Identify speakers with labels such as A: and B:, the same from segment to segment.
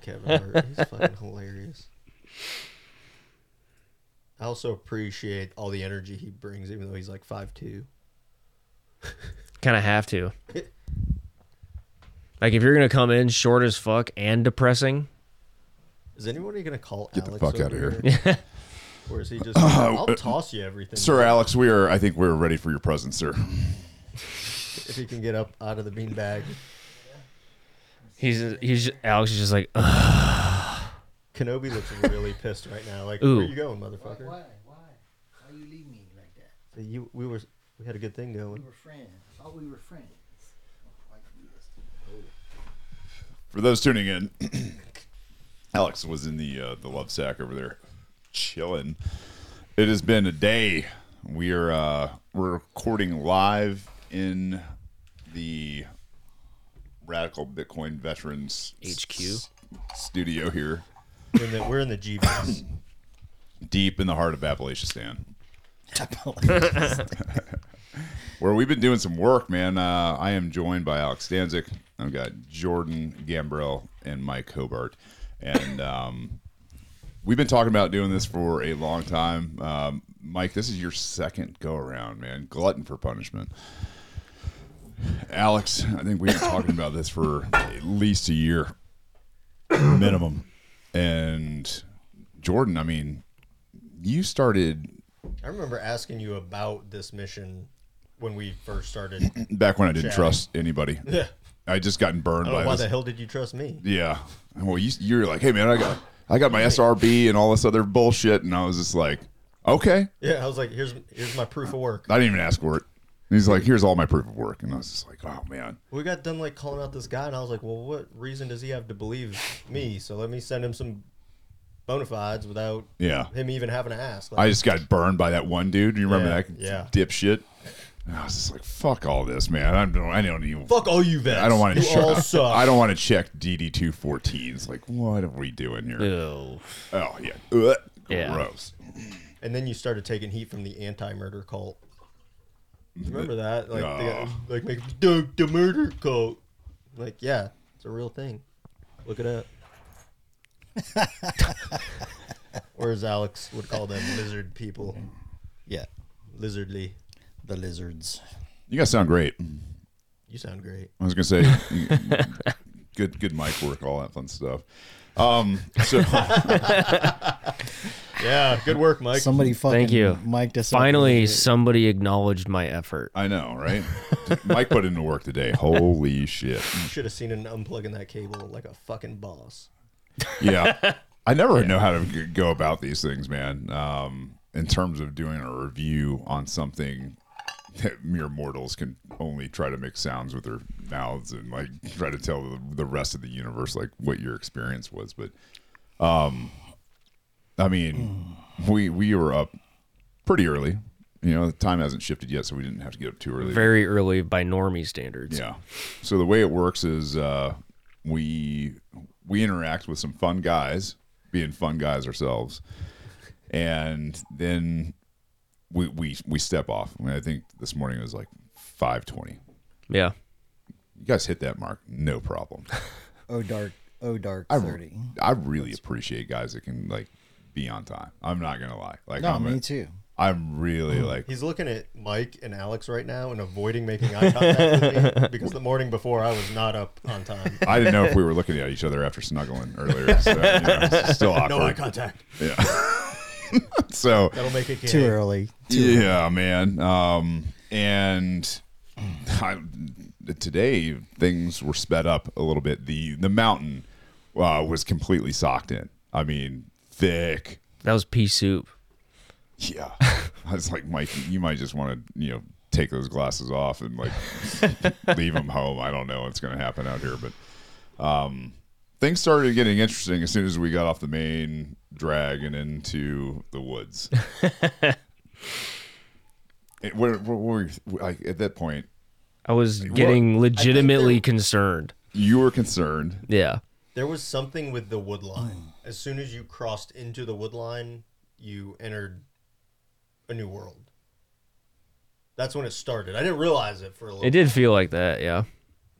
A: Kevin Hart. He's fucking hilarious. I also appreciate all the energy he brings, even though he's like five two.
B: Kind of have to. Like if you're gonna come in short as fuck and depressing,
A: Is anybody gonna call
C: Get the
A: Alex
C: fuck outta
A: over
C: here.
A: or is he just? I'll toss you everything,
C: Sir Alex, we are. I think we're ready for your presence, sir.
A: If you can get up out of the beanbag,
B: he's he's Alex is just like, "Ugh."
A: Kenobi looks really pissed right now. Like,
B: Ooh.
A: where you going, motherfucker?
D: Why? Why? Why you leave me like that?
A: You, we were, we had a good thing
D: We
A: going.
D: were friends. Oh, we were friends. Oh, Like this.
C: For those tuning in, Alex was in the uh, the love sack over there, chilling. It has been a day. We are uh, we're recording live in the Radical Bitcoin Veterans
B: HQ.
C: s- studio here,
A: We're in the, we're in the Jeebies.
C: deep in the heart of Appalachistan. where we've been doing some work, man. Uh, I am joined by Alex Danzik. I've got Jordan Gambrell and Mike Hobart, and um, we've been talking about doing this for a long time. Um, Mike, this is your second go around, man. Glutton for punishment. Alex, I think we've been talking about this for at least a year, minimum. And Jordan, I mean, you started
A: I remember asking you about this mission when we first started.
C: back when I didn't
A: Chatting.
C: trust anybody.
A: Yeah.
C: I just gotten burned
A: I don't know
C: by
A: Oh, why
C: this.
A: the hell did you trust me?
C: Yeah. Well, you, you were like, hey, man, I got, I got my SRB and all this other bullshit. And I was just like, okay.
A: Yeah, I was like, here's here's my proof of work.
C: I didn't even ask for it. And he's like, here's all my proof of work. And I was just like, oh, man.
A: We got done like calling out this guy, and I was like, well, what reason does he have to believe me? So let me send him some bona fides without
C: Yeah.
A: him even having to ask. Like,
C: I just got burned by that one dude. Do you remember
A: Yeah,
C: that
A: yeah.
C: dipshit? And I was just like, fuck all this, man. I don't, I don't even.
A: fuck all you vets.
C: I don't want to.
A: You all suck.
C: I don't want to check DD two fourteens. Like, what are we doing here?
B: Ew.
C: Oh yeah, Ugh,
B: Yeah.
C: gross.
A: And then you started taking heat from the anti-murder cult. You remember that? Like,
C: No.
A: the, like make the, the murder cult. Like, yeah, it's a real thing. Look it up. or as Alex would call them, lizard people.
D: Yeah,
A: Lizardly.
D: the lizards.
C: You guys sound great.
A: You sound great.
C: I was gonna say, good, good mic work, all that fun stuff. Um, so
A: Yeah, good work, Mike.
D: Somebody fucking.
B: Thank you.
D: Mike. This up.
B: Finally, somebody acknowledged my effort.
C: I know, right? Mike put into work today. Holy shit!
A: You should have seen him unplugging that cable like a fucking boss.
C: Yeah, I never know how to g- go about these things, man. Um, in terms of doing a review on something that mere mortals can only try to make sounds with their mouths and like try to tell the, the rest of the universe like what your experience was, but. um, I mean, we we were up pretty early. You know, the time hasn't shifted yet, so we didn't have to get up too early.
B: Very early by normie standards.
C: yeah. So the way it works is uh, we we interact with some fun guys, being fun guys ourselves, and then we we we step off. I, mean, I think this morning it was like five twenty.
B: Yeah.
C: You guys hit that mark, no problem.
D: Oh dark. Oh dark. Thirty.
C: I really appreciate guys that can like be on time. I'm not gonna lie. Like,
D: No,
C: I'm,
D: me too.
C: I'm really like
A: He's looking at Mike and Alex right now and avoiding making eye contact with me because the morning before I was not up on time.
C: I didn't know if we were looking at each other after snuggling earlier. So, you know, it's still awkward.
A: No eye contact.
C: So,
A: That'll make it gay.
D: Too early.
C: yeah, man. Um, and I, today things were sped up a little bit. The the mountain uh, was completely socked in. I mean, thick.
B: That was pea soup.
C: Yeah. I was like, Mike, you might just want to, you know, take those glasses off and like leave them home. I don't know what's going to happen out here, but um, things started getting interesting as soon as we got off the main drag and into the woods. It- what, what were you, like at that point?
B: I was getting legitimately concerned.
C: You were concerned.
B: Yeah.
A: There was something with the wood line. As soon as you crossed into the wood line, you entered a new world. That's when it started. I didn't realize it for a little.
B: It did feel like that, yeah.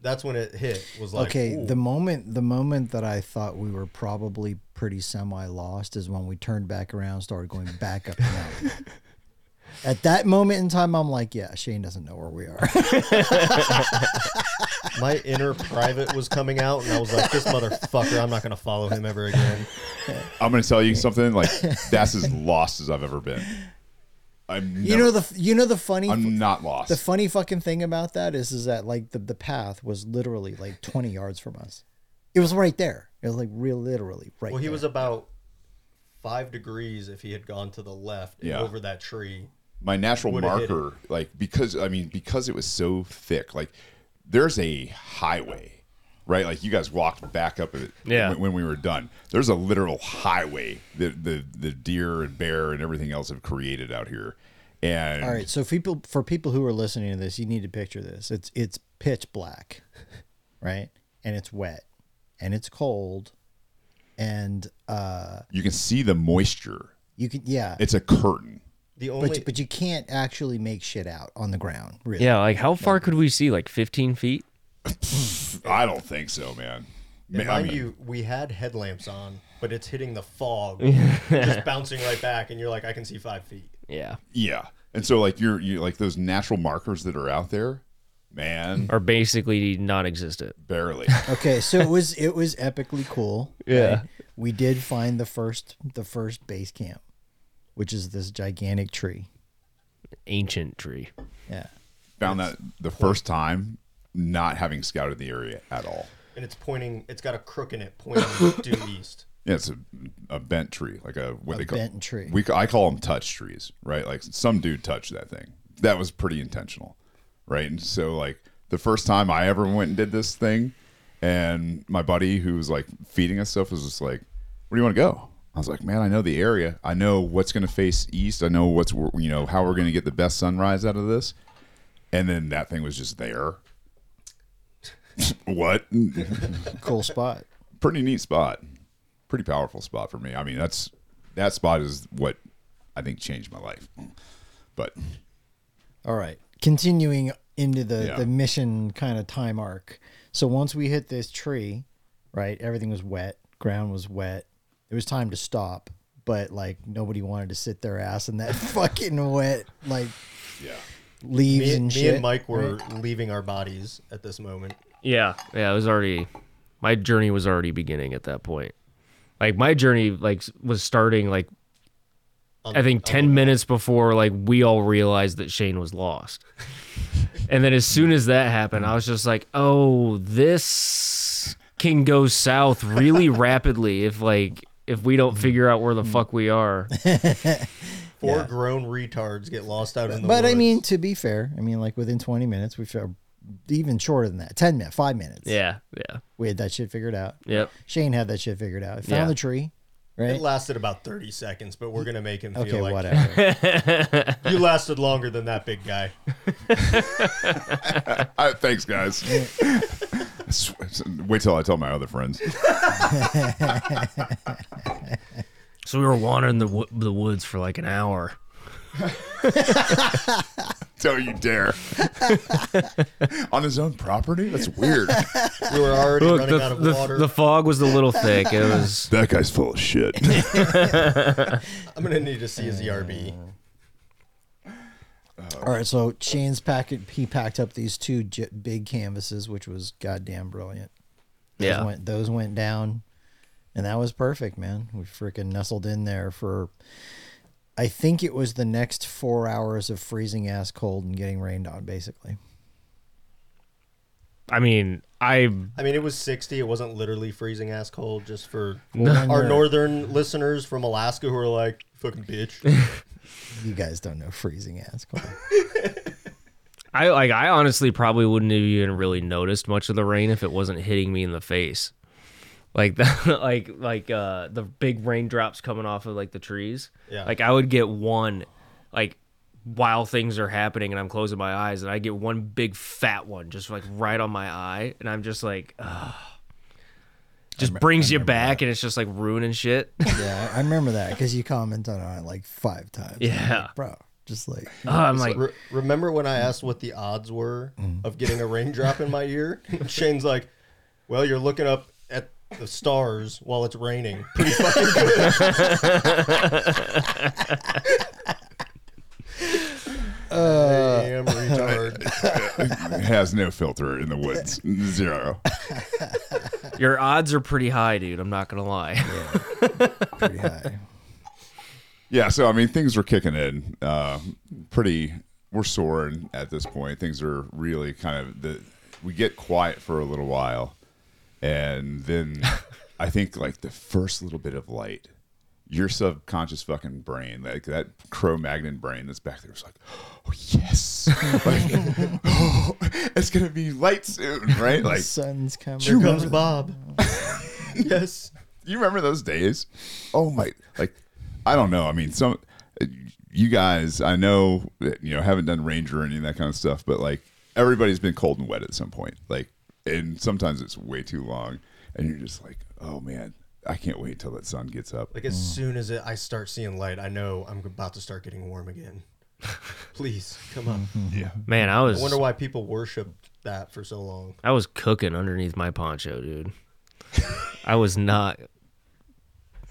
A: that's when it hit. Was like
E: okay
A: ooh,
E: the moment the moment that i thought we were probably pretty semi lost is when we turned back around and started going back up the mountain at that moment in time i'm like yeah shane doesn't know where we are
A: my inner private was coming out, and I was like, "This motherfucker! I'm not gonna follow him ever again."
C: I'm gonna tell you something. Like that's as lost as I've ever been. I'm.
E: you know the you know the funny
C: I'm not lost.
E: the funny fucking thing about that is is that like the, the path was literally like 20 yards from us it was right there it was like real literally right
A: Well, he
E: there.
A: was about five degrees if he had gone to the left and
C: Yeah.
A: over that tree.
C: my natural
A: Would've hit
C: marker, like because I mean because it was so thick, like there's a highway, right? Like you guys walked back up it
B: Yeah.
C: when, when we were done. There's a literal highway that the the deer and bear and everything else have created out here, and
E: all right so people for people who are listening to this you need to picture this it's it's pitch black right and it's wet and it's cold and uh
C: you can see the moisture.
E: you can yeah
C: It's a curtain.
A: The
E: but,
A: only
E: but you can't actually make shit out on the ground really
B: Yeah, like how far could we see? Like 15 feet?
C: I don't think so, man. Ma-
A: And
C: I
A: mind
C: mean,
A: you, we had headlamps on, but it's hitting the fog, just bouncing right back, and you're like, I can see five feet.
B: Yeah.
C: yeah. And so like you're you like those natural markers that are out there, man,
B: Or basically non existent.
C: barely.
E: okay so it was it was epically cool
B: Yeah.
E: we did find the first the first base camp which is this gigantic tree
B: Ancient tree.
E: yeah
C: Found that the first time, not having scouted the area at all.
A: And it's pointing, it's got a crook in it pointing due east.
C: Yeah, it's a, a bent tree, like a what they call
E: bent tree.
C: We ca- I call them touch trees, right? Like some dude touched that thing. That was pretty intentional, right? And so like the first time I ever went and did this thing, and my buddy who was like feeding us stuff was just like, "Where do you want to go?" I was like, "Man, I know the area. I know what's going to face east. I know what's wor- you know how we're going to get the best sunrise out of this." And then that thing was just there. what?
E: cool spot
C: pretty neat spot. Pretty powerful spot for me. I mean, that's that spot is what I think changed my life. But
E: All right. Continuing into the,
C: Yeah.
E: the mission kind of time arc. So once we hit this tree, right, everything was wet, ground was wet. It was time to stop, but like nobody wanted to sit their ass in that fucking wet like
C: yeah,
E: leaves
A: Me,
E: and
A: me
E: shit.
A: and Mike were leaving our bodies at this moment.
B: Yeah. Yeah. It was already, my journey was already beginning at that point. Like my journey, like s- was starting like, I think 10 minutes before like we all realized that Shane was lost. and then as soon as that happened, I was just like, oh, this can go south really rapidly if like, if we don't figure out where the fuck we are.
A: Four grown retards get lost out in the
E: But I
A: woods.
E: mean, to be fair, I mean like within 20 minutes, we felt even shorter than that. 10 minutes, 5 minutes.
B: Yeah. Yeah.
E: We had that shit figured out.
B: Yep.
E: Shane had that shit figured out. He found
B: Yeah.
E: the tree, right?
A: it lasted about 30 seconds, but we're going to make him feel
E: Okay,
A: like
E: whatever.
A: you lasted longer than that big guy.
C: I, Uh, thanks guys. Wait till I tell my other friends.
B: So we were wandering the wo- the woods for like an hour.
C: Don't you dare! On his own property? That's weird.
A: We were already
B: Look,
A: running
B: the,
A: out of
B: the,
A: water.
B: the fog was a little thick. It was
C: That guy's full of shit.
A: I'm going to need to see his E ERB.
E: All right, so Shane's packet he packed up these two j- big canvases, which was goddamn brilliant. Those
B: yeah.
E: went, those went down, and that was perfect, man. We freaking nestled in there for, I think it was the next four hours of freezing ass cold and getting rained on, basically.
B: I mean, I
A: I mean, it was 60. It wasn't literally freezing ass cold, just for
E: No.
A: our northern listeners from Alaska who are like, fucking bitch.
E: You guys don't know freezing ass cold.
B: I like I honestly probably wouldn't have even really noticed much of the rain if it wasn't hitting me in the face. Like the like like uh the big raindrops coming off of like the trees.
A: Yeah.
B: Like I would get one like while things are happening and I'm closing my eyes and I get one big fat one just like right on my eye and I'm just like ugh. just brings you back and it's just like ruining shit.
E: yeah, I I remember that because you commented on it like five times. I'm
B: Yeah.
E: like, bro, Just like
B: Oh, I'm like, Mm.
A: Re- remember when I asked what the odds were of getting a raindrop in my ear? Shane's like, "Well, you're looking up at the stars while it's raining. Pretty fucking good." I am retard.
C: It has no filter in the woods. Zero.
B: your odds are pretty high, dude. I'm not gonna lie.
E: pretty high.
C: Yeah, so I mean, things were kicking in. Uh, pretty, we're soaring at this point. Things are really kind of the. We get quiet for a little while, and then I think like the first little bit of light, your subconscious fucking brain, like that Cro-Magnon brain that's back there, was like, oh yes, like, oh, it's gonna be light soon, right?
E: The
C: Like
E: sun's coming.
A: Here comes Bob. yes.
C: you remember those days? Oh my! Like, I don't know. I mean, some you guys, I know, that, you know, haven't done ranger or any of that kind of stuff, but like everybody's been cold and wet at some point. Like, and sometimes it's way too long, and you're just like, oh man, I can't wait till that sun gets up.
A: Like as soon as it, I start seeing light, I know I'm about to start getting warm again. Please come on.
C: yeah,
B: Man, I
A: I
B: was
A: wonder why people worship that for so long.
B: I was cooking underneath my poncho, dude. I was not.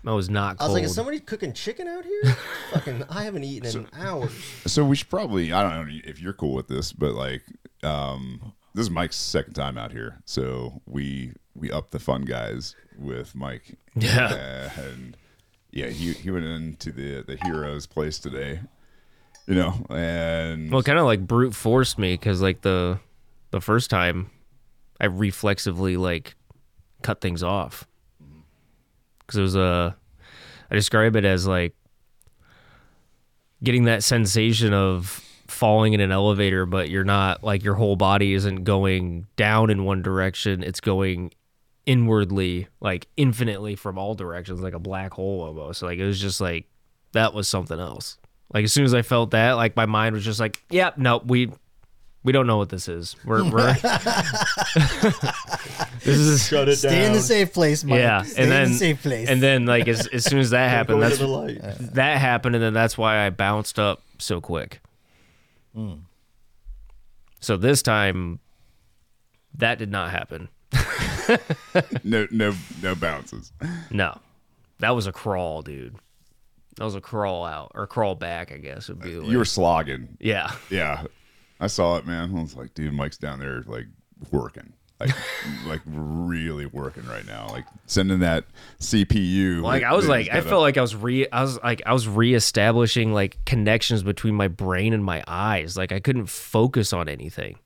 B: I was
A: I
B: not cold.
A: was like, is somebody cooking chicken out here? Fucking, I haven't eaten in hours.
C: So we should probably I don't know if you're cool with this, but like um this is Mike's second time out here. So we we up the fun guys with Mike.
B: Yeah.
C: And yeah, he he went into the the hero's place today. You know, and
B: well, kind of like brute forced me because like the the first time, I reflexively like cut things off because it was a. I describe it as like getting that sensation of falling in an elevator, but you're not like your whole body isn't going down in one direction; it's going inwardly, like infinitely from all directions, like a black hole almost. Like it was just like that was something else. Like as soon as I felt that, like my mind was just like, "Yep, no, we we don't know what this is. We're we're this is
A: Shut it
E: Stay in the safe place, Mike.
B: yeah." And
E: Stay in
B: then
E: the safe place.
B: and then like as as soon as that happened,
A: Go to
B: that's
A: the light.
B: that happened, and then that's why I bounced up so quick.
A: Hmm.
B: So this time, that did not happen.
C: no no no bounces.
B: No, that was a crawl, dude. That was a crawl out or crawl back, I guess would be. the way-
C: You were slogging.
B: yeah,
C: Yeah. I saw it, man. I was like, dude, Mike's down there like working. Like like really working right now. Like sending that CPU.
B: like
C: that-
B: I was
C: that
B: like
C: he's
B: I
C: got
B: felt
C: up.
B: like I was re I was like I was reestablishing like connections between my brain and my eyes. Like I couldn't focus on anything.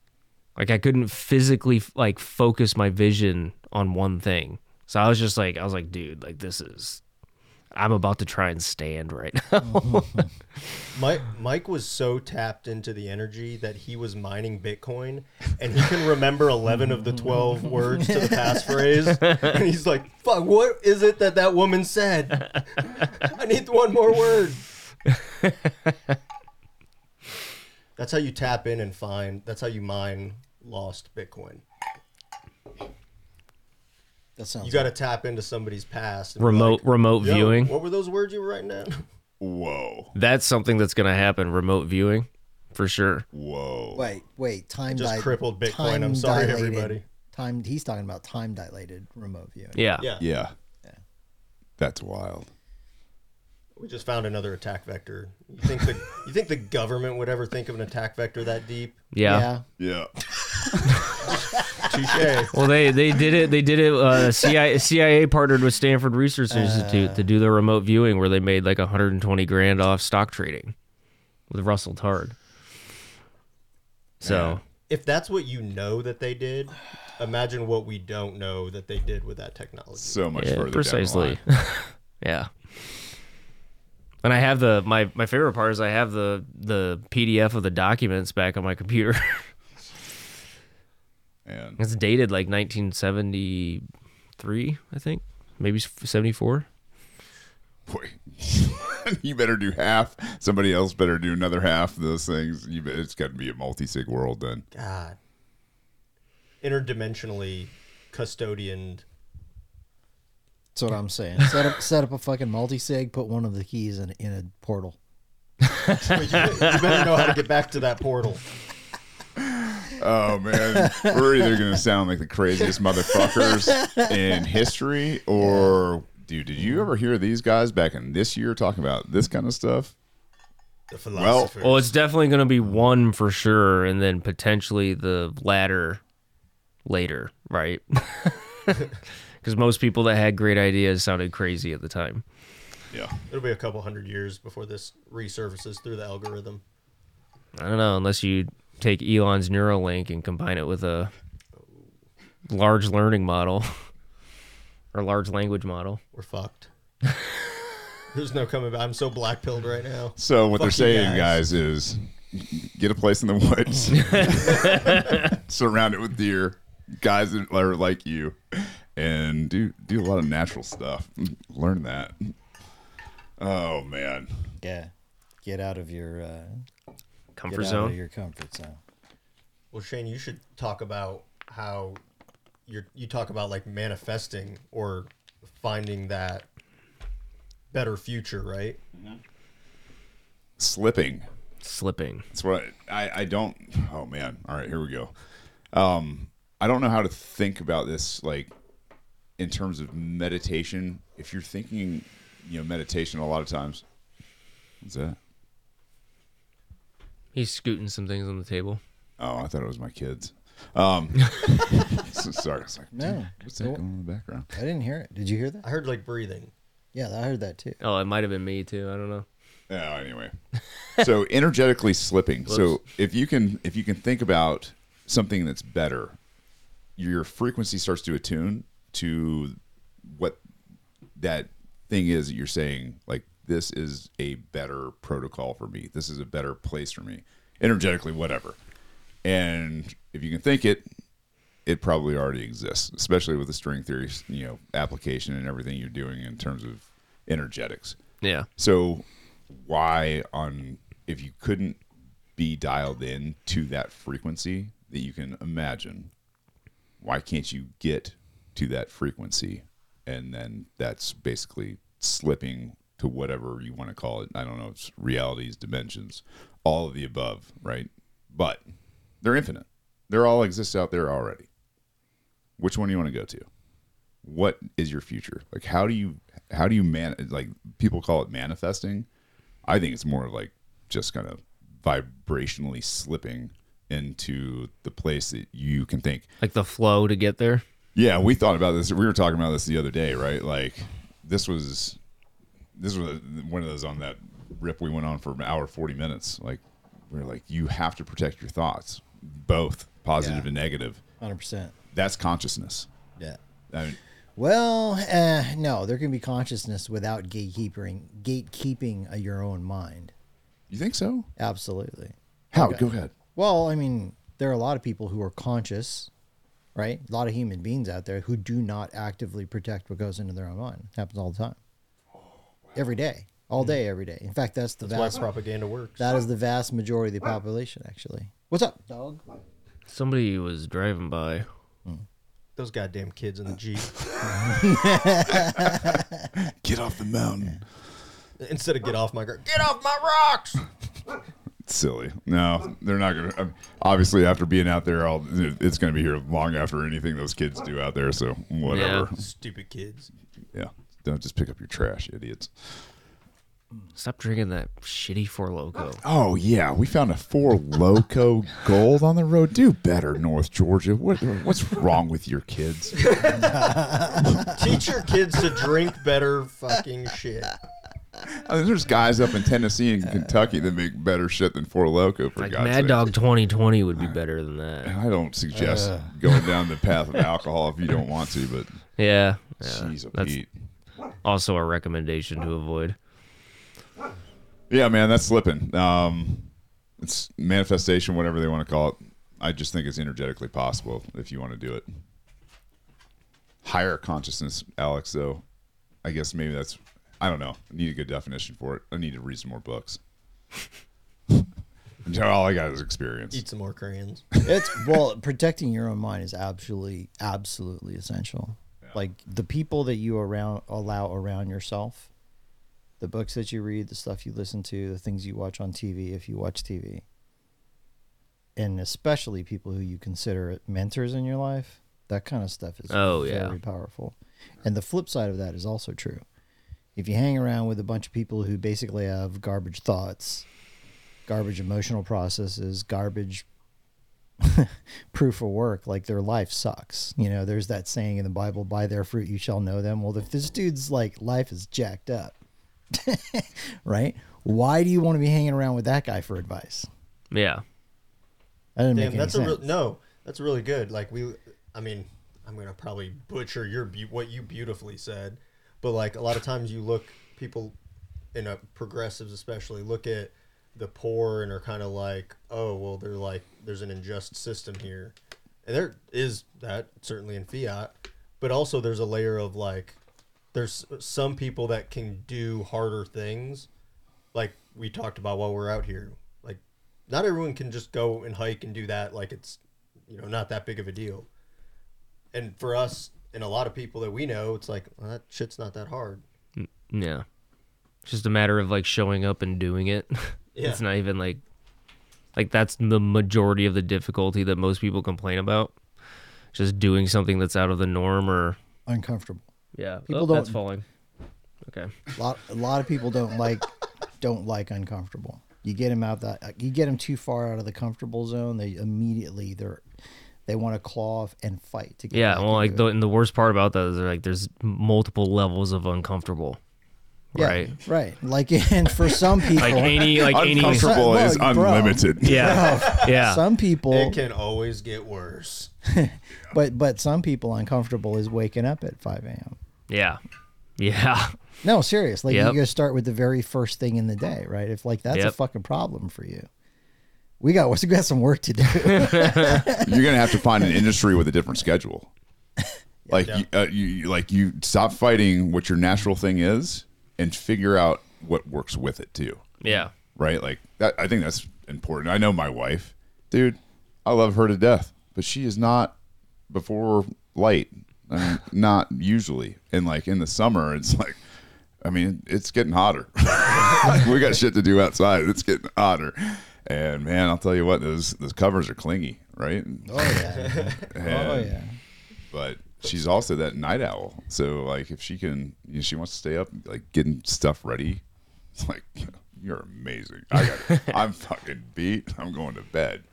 B: Like I couldn't physically like focus my vision on one thing. So I was just like I was like, dude, like this is I'm about to try and stand right now.
A: Mike, Mike was so tapped into the energy that he was mining Bitcoin, and he can remember eleven of the twelve words to the passphrase. And he's like, "Fuck, what is it that that woman said? I need one more word." That's how you tap in and find. That's how you mine lost Bitcoin.
E: that sounds.
A: You got to tap into somebody's past. and be
B: remote
A: like,
B: remote
A: "Yo,
B: viewing.
A: What were those words you were writing down?
C: Whoa.
B: That's something that's gonna happen, remote viewing, for sure.
C: Whoa.
E: Wait, wait. Time
A: just
E: di-
A: crippled Bitcoin.
E: time
A: I'm sorry,
E: dilated-
A: everybody.
E: Time. He's talking about time dilated remote viewing.
B: Yeah.
A: Yeah.
C: Yeah. That's wild.
A: We just found another attack vector. You think the you think the government would ever think of an attack vector that deep?
B: Yeah.
C: Yeah.
A: Touche.
B: Well, they, they did it. They did it. Uh, CIA, CIA partnered with Stanford Research Institute to do the remote viewing, where they made like 120 grand off stock trading with Russell Tard. So
A: If that's what you know that they did, imagine what we don't know that they did with that technology.
C: So much
B: yeah,
C: further.
B: precisely,
C: Down
B: yeah. And I have the my my favorite part is I have the the PDF of the documents back on my computer.
C: the line. And
B: it's dated like 1973, I think, maybe 74.
C: boy, you better do half. Somebody else better do another half of those things. You bet it's got to be a multi-sig world then.
A: God. Interdimensionally custodianed.
E: That's what I'm saying. Set up, set up a fucking multi sig. Put one of the keys in in a portal.
A: But you, you better know how to get back to that portal.
C: Oh man, we're either gonna sound like the craziest motherfuckers in history, or dude, did you ever hear these guys back in this year talking about this kind of stuff?
A: The philosopher.
B: Well, it's definitely going to be one for sure, and then potentially the latter later, right? Because most people that had great ideas sounded crazy at the time.
C: Yeah,
A: It'll be a couple hundred years before this resurfaces through the algorithm.
B: I don't know, unless you take Elon's Neuralink and combine it with a large learning model or large language model.
A: We're fucked. There's no coming back. I'm so black pilled right now.
C: So what they're
A: Fuck you
C: saying,
A: guys.
C: guys. is get a place in the woods, surround it with deer, guys that are like you, and do do a lot of natural stuff. Learn that. Oh man,
E: Yeah. Get out of your uh, get
B: Comfort
E: out
B: zone.
E: of your comfort zone.
A: Well, Shane, you should talk about how you're, you talk about like manifesting or finding that better future, right?
C: slipping.
B: Slipping.
C: That's what I, I don't. Oh man. All right, here we go. Um, I don't know how to think about this like in terms of meditation. If you're thinking, you know, meditation a lot of times. What's that?
B: He's scooting some things on the table.
C: Oh, I thought it was my kids. Um, so- sorry. I was like,
E: No.
C: what's that going on in the background?
E: I didn't hear it. Did you hear
A: I
E: that?
A: heard like breathing.
E: Yeah, I heard that too.
B: Oh, it might have been me too. I don't know.
C: Oh, anyway. so energetically slipping. So
B: Whoops.
C: if you can if you can think about something that's better, your frequency starts to attune to what that thing is that you're saying like this is a better protocol for me. This is a better place for me. Energetically whatever. And if you can think it, it probably already exists, especially with the string theory, you know, application and everything you're doing in terms of energetics.
B: Yeah.
C: So why on if you couldn't be dialed in to that frequency that you can imagine, why can't you get to that frequency? And then that's basically slipping to whatever you want to call it. I don't know, it's realities, dimensions, all of the above, right? But they're infinite. They're all exist out there already. Which one do you want to go to? what is your future like how do you how do you man like people call it manifesting i think it's more like just kind of vibrationally slipping into the place that you can think
B: Like the flow to get there.
C: yeah we thought about this we were talking about this the other day right like this was this was one of those on that rip we went on for an hour 40 minutes like we are like you have to protect your thoughts both positive
E: Yeah.
C: and negative
E: 100%.
C: that's consciousness
E: Yeah.
C: I mean,
E: Well, uh, no, there can be consciousness without gatekeeping gatekeeping of your own mind.
C: you think so
E: Absolutely.
C: how go ahead
E: Well, I mean, there are a lot of people who are conscious, right? A lot of human beings out there who do not actively protect what goes into their own mind. happens all the time. Every day. All day, every day. In fact, that's the
A: That's
E: vast
A: why propaganda works.
E: that is the vast majority of the population actually. What's up, dog?
B: Somebody was driving by.
A: Those goddamn kids in the Jeep.
C: get off the mountain
A: Instead of get off my car, get off my rocks.
C: silly. No, they're not gonna. I mean, obviously, after being out there, all it's gonna be here long after anything those kids do out there. So whatever.
A: Stupid kids.
C: Yeah. Don't just pick up your trash, idiots.
B: Stop drinking that shitty Four Loco.
C: Oh yeah, we found a four loco gold on the road. Do better, North Georgia. What, what's wrong with your kids?
A: Teach your kids to drink better fucking shit.
C: I mean, there's guys up in Tennessee and Kentucky that make better shit than four loco. For
B: Like
C: God's
B: Mad
C: sake.
B: Dog 2020 would be better than that.
C: I don't suggest going down the path of alcohol if you don't want to, but
B: Yeah. yeah.
C: jeez,
B: that's-
C: Pete.
B: Also, a recommendation to avoid.
C: Yeah, man, that's slipping. Um, it's manifestation, whatever they want to call it. I just think it's energetically possible if you want to do it. Higher consciousness, Alex, though. I guess maybe that's, I don't know. I need a good definition for it. I need to read some more books. All I got is experience.
A: Eat some more crayons.
E: It's well, protecting your own mind is absolutely, absolutely essential. Like the people that you around allow around yourself the books that you read, the stuff you listen to, the things you watch on TV if you watch TV. And especially people who you consider mentors in your life, that kind of stuff is
B: Oh,
E: very
B: yeah.
E: powerful. And the flip side of that is also true. If you hang around with a bunch of people who basically have garbage thoughts, garbage emotional processes, garbage proof of work, like their life sucks. You know, there's that saying in the Bible, by their fruit you shall know them. Well, if this dude's like life is jacked up, right? Why do you want to be hanging around with that guy for advice?
B: Yeah.
E: That doesn't
A: Damn,
E: make any
A: that's a
E: sense.
A: real, no. That's really good. Like we, I mean, I'm gonna probably butcher your be- what you beautifully said, but like a lot of times you look people, in a progressives especially look at the poor and are kind of like, oh well, they're like there's an unjust system here, and there is that certainly in fiat, but also there's a layer of like, there's some people that can do harder things, like we talked about while we're out here. Like, not everyone can just go and hike and do that. Like, it's, you know, not that big of a deal. And for us and a lot of people that we know, it's like, well, that shit's not that hard.
B: Yeah. It's just a matter of like showing up and doing it.
A: Yeah.
B: it's not even like like that's the majority of the difficulty that most people complain about. Just doing something that's out of the norm or
E: uncomfortable.
B: yeah.
E: People
B: oh, that's
E: don't-
B: falling. Okay.
E: A lot, a lot of people don't like don't like uncomfortable. You get them out that you get them too far out of the comfortable zone, they immediately they're they want to claw off and fight to get
B: Yeah,
E: back
B: well like
E: into
B: the
E: it.
B: and the worst part about that is like there's multiple levels of uncomfortable.
E: Yeah,
B: Right.
E: right. Like and for some people
B: Like any like any
C: Uncomfortable
E: Well,
C: is
E: bro.
C: unlimited.
B: Yeah. Yeah.
E: some people
A: It can always get worse.
E: but but some people uncomfortable is waking up at 5 a.m
B: yeah. Yeah.
E: no serious like
B: Yep.
E: you gotta start with the very first thing in the day right if like that's a
B: Yep.
E: fucking problem for you we got we got some work to do
C: You're gonna have to find an industry with a different schedule. Like you, uh, you, you- like you stop fighting what your natural thing is and figure out what works with it too.
B: Yeah.
C: Right? Like that. I think that's important. I know my wife, dude. I love her to death, but she is not before light. I mean, not usually. And like in the summer, it's like, I mean, it's getting hotter. we got shit to do outside. It's getting hotter. And man, I'll tell you what, those those covers are clingy, right?
E: oh yeah oh
C: And-
E: yeah
C: but she's also that night owl. So like, if she can, you know, she wants to stay up, like getting stuff ready. It's like you're amazing. I got, I'm fucking beat. I'm going to bed.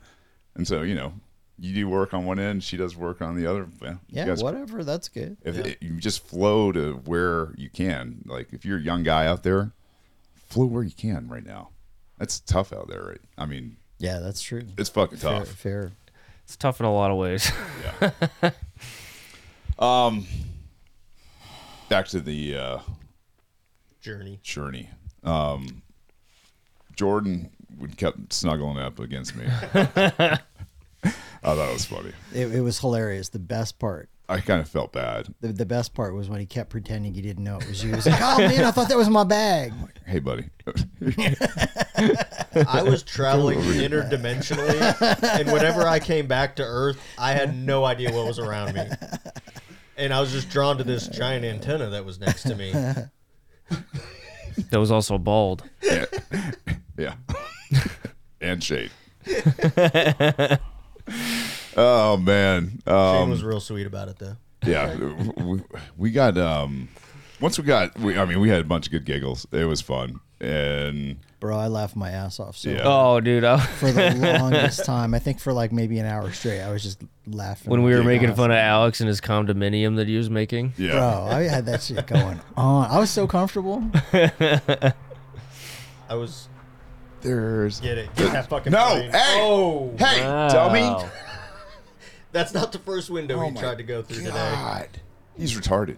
C: And so you know, you do work on one end, she does work on the other. Well, you
E: yeah
C: guys-
E: whatever that's good
C: If it- you just flow to where you can, like if you're a young guy out there, flow where you can right now. That's tough out there. Right? I mean,
E: yeah that's true
C: it's fucking
E: fair,
C: tough.
E: fair
B: It's tough in a lot of ways.
C: Back to the uh,
A: Journey.
C: journey. Um, Jordan would kept snuggling up against me. I thought it was funny.
E: it, it was hilarious the best part
C: I kind of felt bad.
E: the, the best part was when he kept pretending he didn't know it was you. He was like, "Oh man, I thought that was my bag."
C: Hey, buddy.
A: I was traveling interdimensionally, and whenever I came back to Earth, I had no idea what was around me. And I was just drawn to this giant antenna that was next to me.
B: that was also bald.
C: yeah. and shade. oh man.
A: Shane
C: Um,
A: was real sweet about it, though.
C: yeah. We, we got um. Once we got, we, I mean, we had a bunch of good giggles. It was fun, and
E: Bro, I laughed my ass off. So
C: Yeah.
B: Oh, dude. I,
E: for the longest time. I think for like maybe an hour straight, I was just laughing.
B: when we were
C: Yeah.
B: making fun of Alex and his condominium that he was making.
C: yeah,
E: bro, I had that shit going on. I was so comfortable.
A: I was
C: there's
A: get it, get that fucking
C: no.
A: plane.
C: Hey,
A: oh,
C: hey, dummy.
B: Wow.
A: that's not the first window he tried to go through today.
C: God, he's retarded.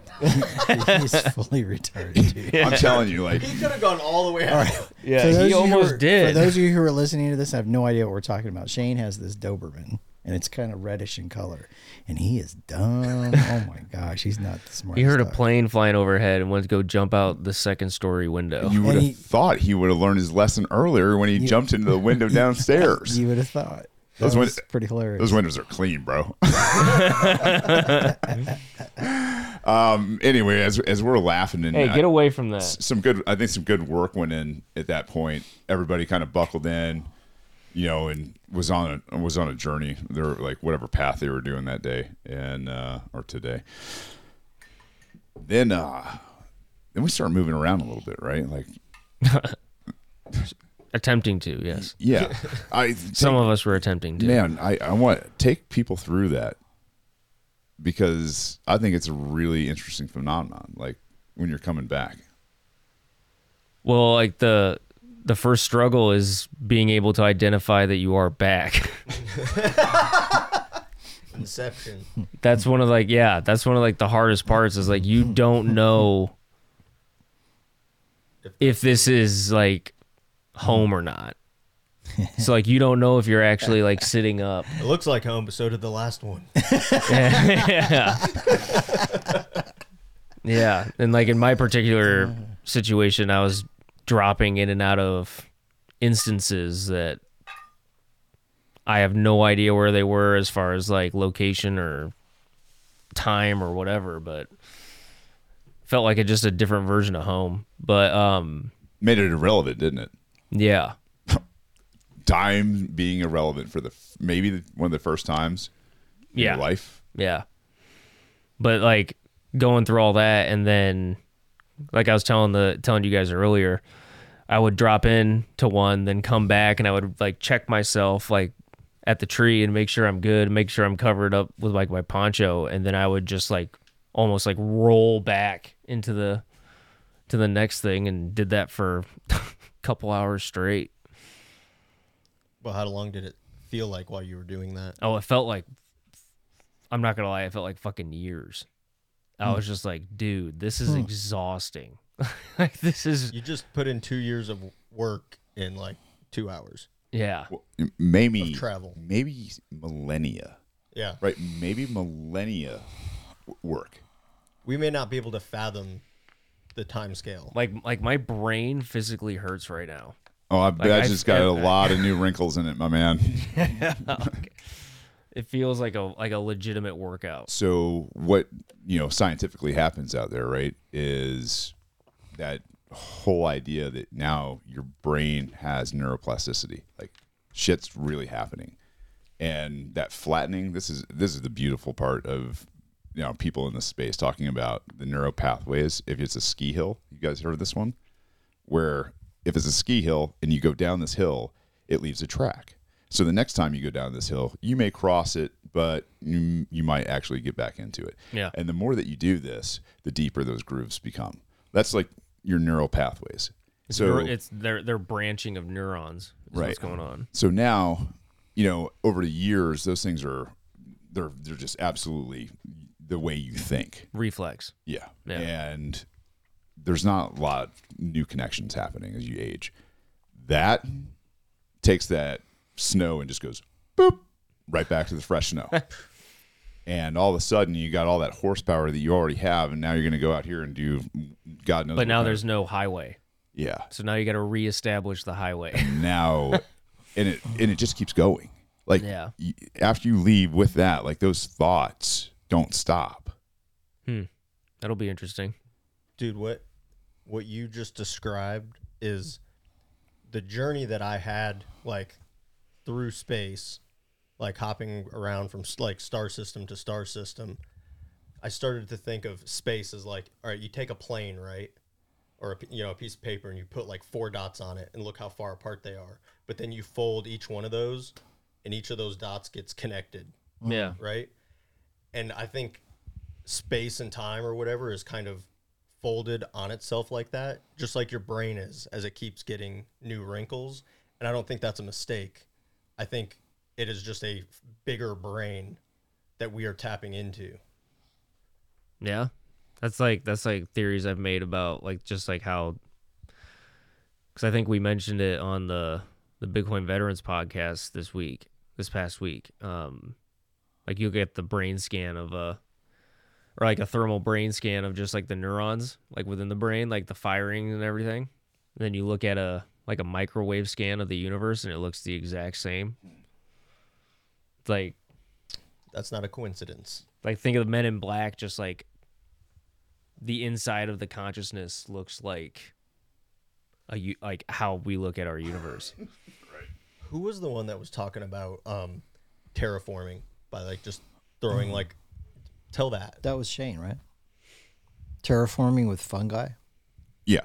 E: He's fully retarded, dude.
C: I'm telling you, like,
A: He could have gone all the way out.
E: For
B: Yeah,
E: those of
B: he
E: you who
B: almost
E: are- For
B: did.
E: those of you who are listening to this, I have no idea what we're talking about. Shane has this Doberman, and it's kind of reddish in color, and he is dumb. oh my gosh, he's not the smartest.
B: he heard a
E: dog.
B: plane flying overhead and went to go jump out the second story window.
C: you would have
E: he-
C: thought he would have learned his lesson earlier when he jumped into the window downstairs.
E: You would have thought. That
C: Those win-
E: was pretty hilarious.
C: Those windows are clean, bro. Um, anyway, as as we're laughing and uh,
B: Hey,
C: I-
B: get away from that.
C: s- some good, I think some good work went in at that point. Everybody kind of buckled in, you know, and was on a was on a journey. They were like whatever path they were doing that day and uh, or today. Then uh, then we started moving around a little bit, right? Like
B: Attempting to, yes.
C: yeah, I
B: Some of us were attempting to.
C: man I, I want to take people through that because i think it's a really interesting phenomenon like when you're coming back
B: Well, like the the first struggle is being able to identify that you are back.
A: Inception.
B: that's one of like yeah, that's one of like the hardest parts is like you don't know if this is like home or not. So like you don't know if you're actually like sitting up.
A: It looks like home, but so did the last one.
B: yeah. yeah. And like in my particular situation, I was dropping in and out of instances that I have no idea where they were as far as like location or time or whatever, but felt like it just a different version of home. But um
C: made it irrelevant didn't it
B: yeah.
C: time being irrelevant for the f- maybe the, one of the first times in
B: Yeah.
C: your life
B: Yeah. But like going through all that and then like I was telling the telling you guys earlier, I would drop in to one, then come back and I would like check myself like at the tree and make sure I'm good, make sure I'm covered up with like my poncho, and then I would just like almost like roll back into the to the next thing and did that for a couple hours straight.
A: But how long did it feel like while you were doing that?
B: Oh, it felt like I'm not gonna lie, it felt like fucking years.
C: Hmm.
B: I was just like, dude, this is exhausting. like this is
A: You just put in two years of work in like two hours.
B: yeah.
C: M- maybe
A: Of travel.
C: maybe millennia
A: Yeah.
C: right maybe millennia w- work
A: We may not be able to fathom the time scale.
B: Like like my brain physically hurts right now.
C: oh i, I
B: I-
C: just got a lot of new wrinkles in it my man
B: It feels like a like a legitimate workout.
C: so what you know scientifically happens out there right is that whole idea that now your brain has neuroplasticity like shit's really happening and that flattening this is this is the beautiful part of you know people in this space talking about the neural pathways if it's a ski hill you guys heard of this one where if it's a ski hill and you go down this hill, it leaves a track. So the next time you go down this hill, you may cross it, but you, you might actually get back into it.
B: Yeah.
C: And the more that you do this, the deeper those grooves become. That's like your neural pathways. so
B: Neur- it's their their branching of neurons. Is
C: Right.
B: What's going on?
C: so now, you know, over the years, those things are they're they're just absolutely the way you think.
B: Reflex.
C: Yeah.
B: Yeah.
C: And there's not a lot of new connections happening as you age. That takes that snow and just goes boop right back to the fresh snow. and all of a sudden you got all that horsepower that you already have and now you're going to go out here and do god knows
B: But
C: what
B: now
C: kind
B: there's
C: of-
B: no highway.
C: yeah
B: So now you got to reestablish the highway.
C: now and it and it just keeps going like
B: Yeah.
C: y- after you leave with that like those thoughts don't stop
B: That'll be interesting.
A: dude what what you just described is the journey that i had like through space like hopping around from s- like star system to star system i started to think of space as like all right you take a plane right or a, p- you know a piece of paper and you put like four dots on it and look how far apart they are but then you fold each one of those and each of those dots gets connected
B: Yeah.
A: right? And I think space and time or whatever is kind of folded on itself like that, just like your brain is as it keeps getting new wrinkles. And I don't think that's a mistake. I think it is just a f- bigger brain that we are tapping into.
B: Yeah. That's like that's like theories I've made about like just like how cuz I think we mentioned it on the the Bitcoin Veterans podcast this week, this past week. Um like you'll get the brain scan of a or like a thermal brain scan of just like the neurons like within the brain, like the firing and everything. And then you look at a like a microwave scan of the universe and it looks the exact same. It's like
A: That's not a coincidence.
B: like think of the men in black just like the inside of the consciousness looks like a u- like how we look at our universe.
A: Who was the one that was talking about um, terraforming by like just throwing like tell that
E: That was Shane, right? Terraforming with fungi.
C: Yeah.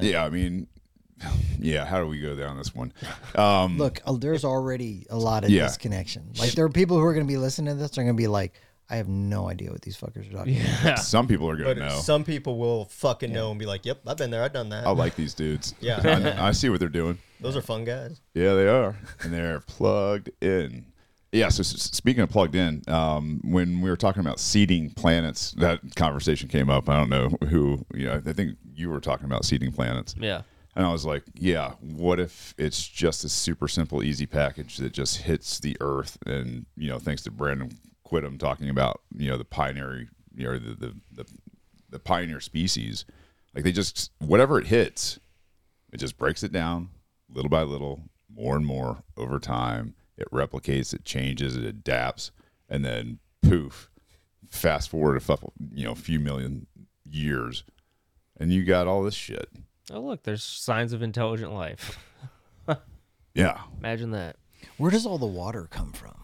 C: Yeah, I mean, yeah, how do we go down this one? Um,
E: Look, uh, there's already a lot of
C: Yeah.
E: disconnection. Like there are people who are going to be listening to this. They're going to be like, I have no idea what these fuckers are talking about.
C: Some people are going
A: but
C: to know. Oh,
A: some people will fucking know and be like yep i've been there i've done that
C: I like these dudes.
A: Yeah.
C: I, I see what they're doing.
A: those are fun guys
C: Yeah, they are, and they're plugged in. Yeah. So s- speaking of plugged in, um, when we were talking about seeding planets, that conversation came up. I don't know who. You know, I think you were talking about seeding planets.
B: Yeah.
C: And I was like, yeah, what if it's just a super simple, easy package that just hits the earth? And, you know, thanks to Brandon Quittam talking about, you know, the pioneer, you know, the, the, the, the pioneer species, like they just, whatever it hits, it just breaks it down little by little, more and more over time. It replicates, it changes, it adapts, and then poof, fast forward a couple, you know, few million years, and you got all this shit.
B: Oh look, there's signs of intelligent life.
C: Yeah.
B: Imagine that.
E: Where does all the water come from?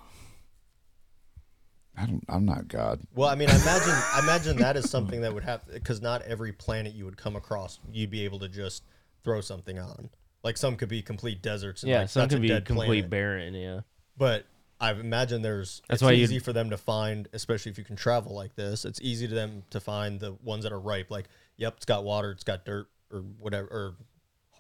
C: I don't, I'm not God.
A: well i mean i imagine i imagine that is something that would have because not every planet you would come across you'd be able to just throw something on like some could be complete deserts and
B: Yeah,
A: like,
B: some
A: that's a
B: could be
A: dead
B: complete
A: planet.
B: barren. Yeah.
A: but I imagine there's
B: That's
A: that's
B: why
A: it's
B: you'd-
A: easy for them to find, especially if you can travel like this. It's easy to them to find the ones that are ripe. Like, yep, it's got water, it's got dirt or whatever, or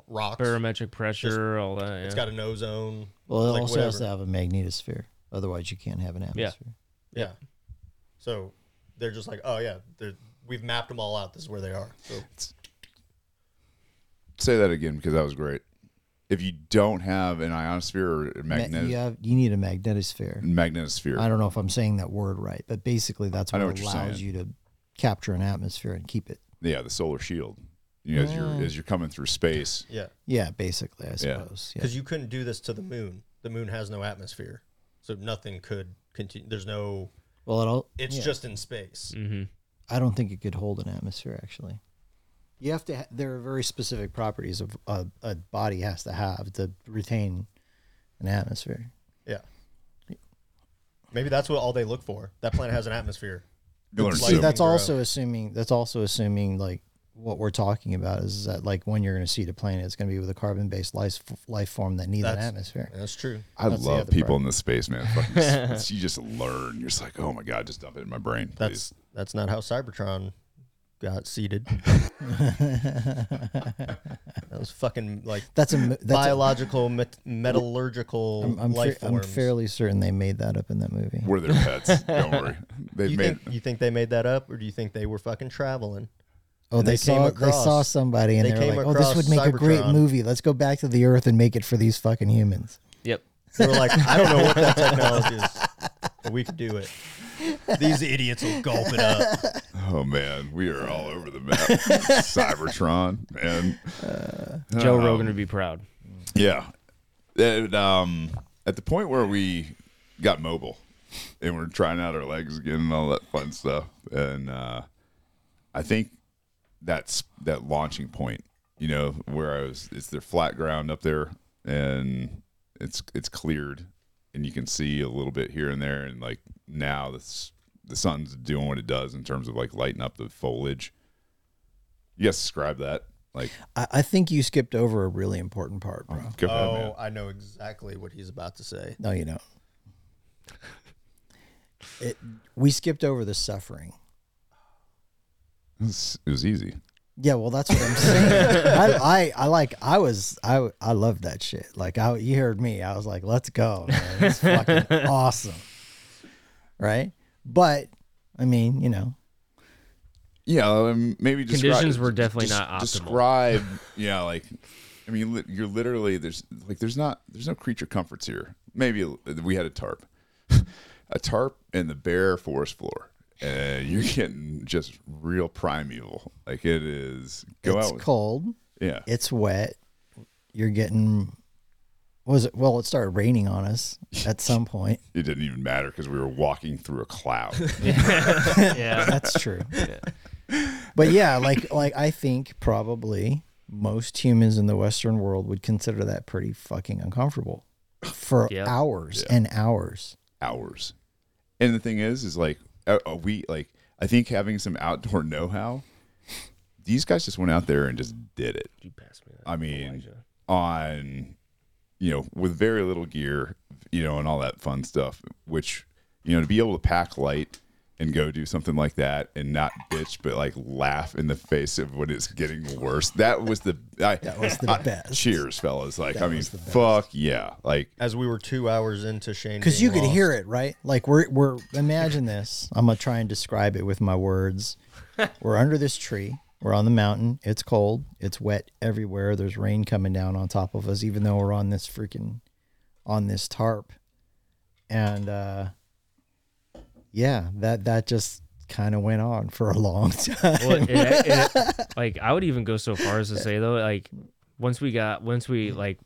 A: rocks.
B: Barometric pressure, all that. Yeah.
A: It's got an ozone.
E: Well, it
A: like
E: also has
A: whatever.
E: to have a magnetosphere. Otherwise, you can't have an atmosphere.
A: yeah. So they're just like, oh yeah, they're, we've mapped them all out. This is where they are. So
C: Say that again because that was great. If you don't have an ionosphere or a
E: Ma-
C: magnet-
E: you have you need a magnetosphere.
C: magnetosphere,
E: I don't know if I'm saying that word right, but basically that's
C: I
E: what,
C: know what you're
E: allows
C: saying.
E: you to capture an atmosphere and keep it.
C: yeah, the solar shield, you know, as
E: Oh.
C: you're as you're coming through space,
A: yeah,
E: Yeah, basically, I suppose. Yeah.
A: because you couldn't do this to the moon. The moon has no atmosphere, so nothing could continue. There's no.
E: Well, it'll,
A: It's
E: yeah.
A: just in space.
C: Mm.
E: I don't think it could hold an atmosphere actually. You have to. Ha- there are very specific properties of a, a body has to have to retain an atmosphere.
A: Yeah. Maybe that's what all they look for. That planet has an atmosphere.
C: you learn
A: like-
E: See,
C: so
E: that's
A: grow.
E: also assuming. That's also assuming like what we're talking about is that like when you're going to see the planet, it's going to be with a carbon-based life life form that needs an
A: That's-
E: atmosphere.
A: That's true.
C: I
E: That's the
C: love
E: other
C: people
E: part.
C: in the space, man. Fucking s- you just learn. You're just like, oh my god, just dump it in my brain, please.
A: That's that's not how Cybertron got seated. that was fucking like
E: That's a mo- that's a-
A: biological, met- metallurgical
E: I'm, I'm,
A: life
E: fa- I'm
A: forms.
E: fairly certain they made that up in that movie.
C: we're their pets. don't worry, they've
A: you
C: made.
A: think you think they made that up, or do you think they were fucking traveling?
E: Oh, they,
A: they came
E: saw they
A: across-
E: saw somebody and
A: they
E: they, were
A: came
E: like, "Oh, this
A: across
E: would make a great
A: Cybertron."
E: movie. Let's go back to the Earth and make it for these fucking humans."
B: Yep.
A: They were like, I don't know what that technology is, but we could do it. These idiots will gulp it up.
C: oh man, we are all over the map. Cybertron, man.
B: Joe Rogan would be proud.
C: Yeah. And, um, at the point where we got mobile and we're trying out our legs again and all that fun stuff, and uh, I think that's that launching point. You know, where I was, it's their flat ground up there, and it's it's cleared, and you can see a little bit here and there, and like now this the sun's doing what it does in terms of like lighting up the foliage. You guys describe that, like
E: I, I think you skipped over a really important part, bro.
C: go ahead, man.
A: Oh, I know exactly what he's about to say.
E: No, you don't. It, we skipped over the suffering.
C: It was- it was easy.
E: Yeah, well, that's what I'm saying. I, I, I like, I was, I, I loved that shit. Like, I, you heard me. I was like, let's go, man. It's fucking awesome, right? But, I mean, you know,
C: Yeah, um, maybe descri-
B: Conditions were definitely
C: des-
B: not optimal.
C: Describe, yeah, like I mean, li- you're literally there's like there's not there's no creature comforts here. Maybe l- we had a tarp, a tarp and the bare forest floor, and you're getting just real primeval. Like it is go
E: it's
C: out, with,
E: cold,
C: yeah,
E: it's wet. You're getting, what was it? Well, it started raining on us at some point.
C: it didn't even matter because we were walking through a cloud.
B: yeah.
E: That's true. But yeah, like like I think probably most humans in the Western world would consider that pretty fucking uncomfortable for
B: Yeah.
E: hours and hours.
C: hours. And the thing is, is like uh, uh, we like I think having some outdoor know-how. These guys just went out there and just did it.
B: You pass me that.
C: I mean, on you know with very little gear, you know, and all that fun stuff. Which you know to be able to pack light and go do something like that and not bitch, but like laugh in the face of when it's getting worse. That was the I, that
E: was the best.
C: Cheers, fellas! Like I mean,
E: was the best.
C: fuck yeah! Like
A: As we were two hours into Shane,
E: Because
A: being
E: you could
A: lost.
E: hear it, right? Like we're we're imagine this. I'm gonna try and describe it with my words. We're under this tree. We're on the mountain. It's cold. It's wet everywhere. There's rain coming down on top of us, even though we're on this freaking on this tarp. And uh yeah, that that just kind of went on for a long time.
B: Well, it- it- it- like I would even go so far as to say though, like once we got, once we like,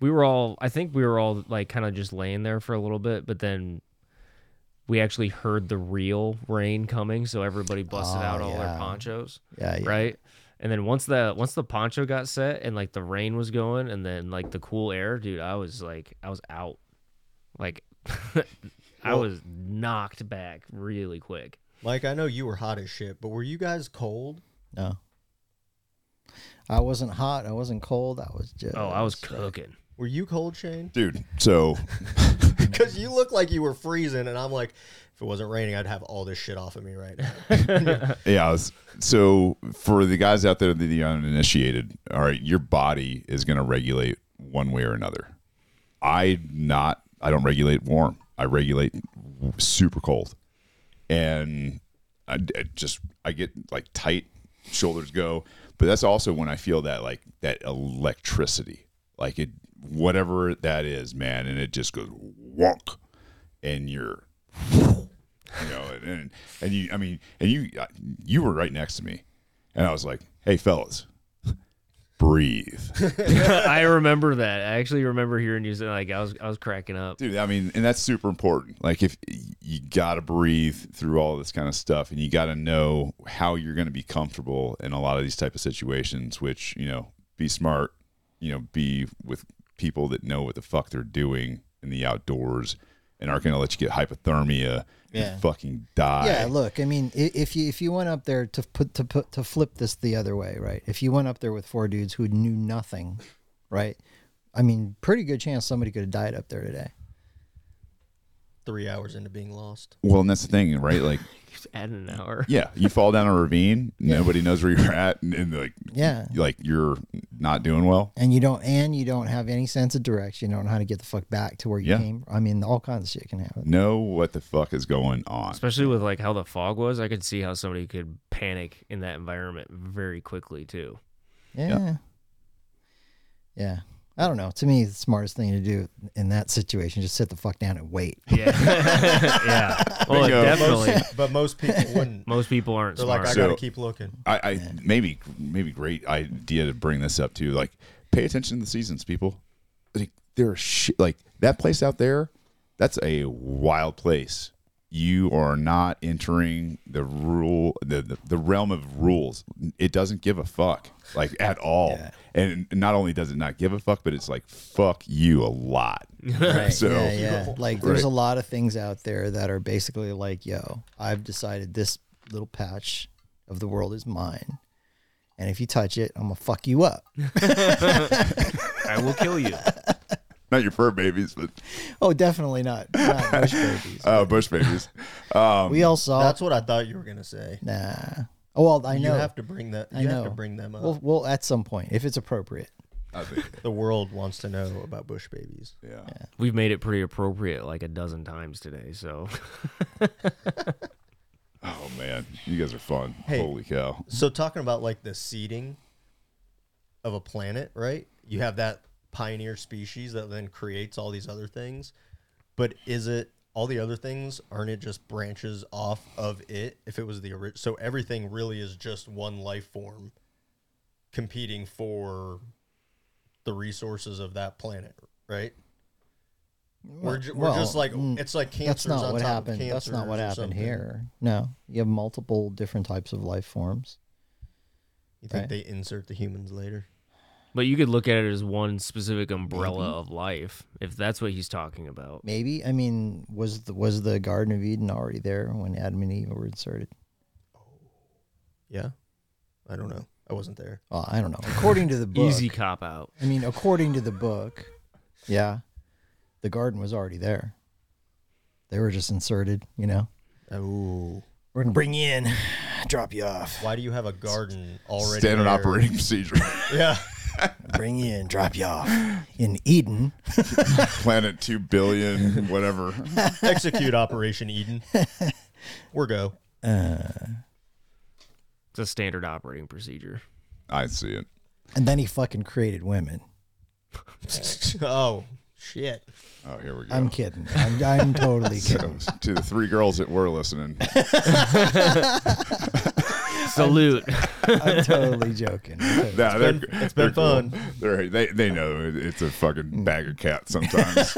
B: we were all, I think we were all like kind of just laying there for a little bit, but then we actually heard the real rain coming, so everybody busted
E: Oh,
B: out all
E: yeah.
B: their ponchos,
E: Yeah, yeah.
B: right? And then once the once the poncho got set and like the rain was going and then like the cool air, dude, I was like I was out, like I was knocked back really quick.
A: Mike, I know you were hot as shit, but were you guys cold?
E: No. I wasn't hot. I wasn't cold. I was just
B: Oh, I was cooking.
A: Were you cold, Shane?
C: dude, so
A: Because you look like you were freezing, and I'm like, if it wasn't raining, I'd have all this shit off of me right now.
C: Yeah. I was- So for the guys out there, the, the uninitiated, all right, your body is going to regulate one way or another. I not. I don't regulate warm. I regulate super cold, and I, I just I get like tight shoulders go. But that's also when I feel that like that electricity, like it whatever that is, man, and it just goes wonk, and you're you know, and, and and you, I mean, and you, you were right next to me, and I was like, "Hey, fellas, breathe,
B: I remember that. I actually remember hearing you say like I was I was cracking up.
C: dude." I mean, and that's super important. Like, if you got to breathe through all this kind of stuff, and you got to know how you're going to be comfortable in a lot of these type of situations, which you know, be smart, you know, be with people that know what the fuck they're doing in the outdoors, and aren't going to let you get hypothermia
E: Yeah.
C: and fucking die.
E: Yeah, look, I mean, i- if you if you went up there to put to put to flip this the other way, right? If you went up there with four dudes who knew nothing, right? I mean, pretty good chance somebody could have died up there today.
A: Three hours into being lost.
C: Well, and that's the thing, right? Like.
B: Just add an hour.
C: Yeah, you fall down a ravine. Nobody knows where you're at, and, and like,
E: Yeah.
C: like you're not doing well.
E: And you don't and you don't have any sense of direction. You don't know how to get the fuck back to where you
C: Yeah.
E: came. I mean, all kinds of shit can happen.
C: Know what the fuck is going on?
B: Especially with like how the fog was, I could see how somebody could panic in that environment very quickly too.
E: Yeah. yeah. I don't know. To me, the smartest thing to do in that situation just sit the fuck down and wait.
B: Yeah. yeah. Well,
C: Bingo.
B: definitely.
A: But most people wouldn't.
B: Most people aren't
A: They're
B: smart.
A: like, I
C: So-
A: gotta keep looking.
C: I, I maybe maybe great idea to bring this up too. Like, pay attention to the seasons, people. Like, there are shit like that place out there. That's a wild place. You are not entering the rule, the, the, the realm of rules. It doesn't give a fuck, like at all. And not only does it not give a fuck, but it's like fuck you a lot.
E: Right.
C: So-
E: yeah, yeah. Like there's
C: Right.
E: a lot of things out there that are basically like, yo, I've decided this little patch of the world is mine. And if you touch it, I'm gonna fuck you up.
B: I will kill you.
C: not your fur babies, but
E: Oh, definitely not. Not bush babies.
C: uh, bush babies. Um,
E: we all saw.
A: That's what I thought you were gonna say.
E: nah. Oh well, I
A: You
E: know.
A: have to uh, bring that. You
E: I know.
A: have to bring them up.
E: We'll, we'll at some point if it's appropriate.
C: I think,
A: the world wants to know about bush babies.
C: yeah.
B: We've made it pretty appropriate like a dozen times today, so
C: Oh man, you guys are fun.
A: Hey.
C: Holy cow!
A: So talking about like the seeding of a planet, right? You have that pioneer species that then creates all these other things. But is it all the other things aren't it just branches off of it if it was the original so everything really is just one life form competing for the resources of that planet, right? We're, ju- we're
E: well,
A: just like
E: mm,
A: it's like cancers
E: That's not
A: on
E: what
A: top
E: happened.
A: of
E: That's not
A: cancers
E: what
A: or
E: happened
A: something.
E: here. No, you have multiple different types of life forms.
A: You think
E: Right.
A: they insert the humans later?
B: But you could look at it as one specific umbrella
A: Mm-hmm.
B: of life, if that's what he's talking about.
E: Maybe I mean, was the was the Garden of Eden already there when Adam and Eve were inserted?
A: Yeah, I don't know. I wasn't there.
E: Well, I don't know. According to the book,
B: Easy cop out.
E: I mean, according to the book, yeah, the garden was already there. They were just inserted. You know,
A: Oh,
E: we're gonna bring you in, drop you off,
A: why do you have a garden already?
C: Standard
A: there?
C: operating procedure.
A: Yeah,
E: bring you in, drop you off in Eden.
C: Planet two billion, whatever.
A: execute Operation Eden. We're go.
B: It's a standard operating procedure.
C: I see it.
E: And then he fucking created women.
A: oh shit!
C: Oh, here we go.
E: I'm kidding. I'm, I'm totally
C: so,
E: kidding.
C: to the three girls that were listening,
B: Salute.
E: I'm totally joking. I'm totally-
C: nah, they're-
A: been- it's been
C: they're
A: fun.
C: cool.
A: Mm.
C: They're- they they know it- it's a fucking bag of cats sometimes.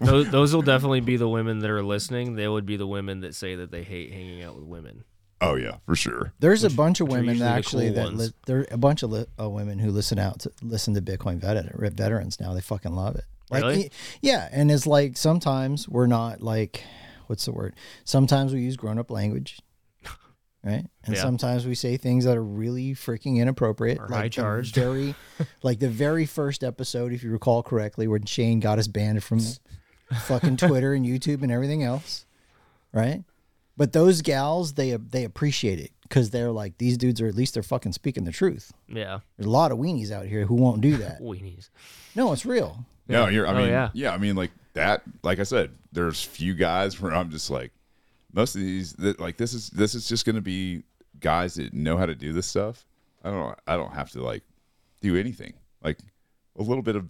B: those, those will definitely be the women that are listening. They would be the women that say that they hate hanging out with women.
C: oh yeah, for sure.
E: There's a bunch of
B: are
E: women
B: usually
E: that
B: the
E: actually
B: cool
E: that
B: ones.
E: li- there are a bunch of li- uh, women who listen out to listen to Bitcoin veteran, re- veterans now. They fucking love it. Like,
B: Really?
E: y- yeah, and it's like sometimes we're not like, what's the word? Sometimes we use grown up language, right? And
B: Yeah.
E: sometimes we say things that are really freaking inappropriate.
B: Or
E: like the
B: high-charged.
E: Very, like the very first episode, if you recall correctly, when Shane got us banned from fucking Twitter and YouTube and everything else, right? But those gals, they they appreciate it because they're like these dudes are at least they're fucking speaking the truth.
B: Yeah,
E: There's a lot of weenies out here who won't do that.
B: weenies.
E: No, it's real.
C: No, you're. I
B: Oh,
C: mean, yeah.
B: yeah.
C: I mean, like that. Like I said, there's few guys where I'm just like, most of these. That like this is this is just gonna be guys that know how to do this stuff. I don't. I don't have to like do anything. Like a little bit of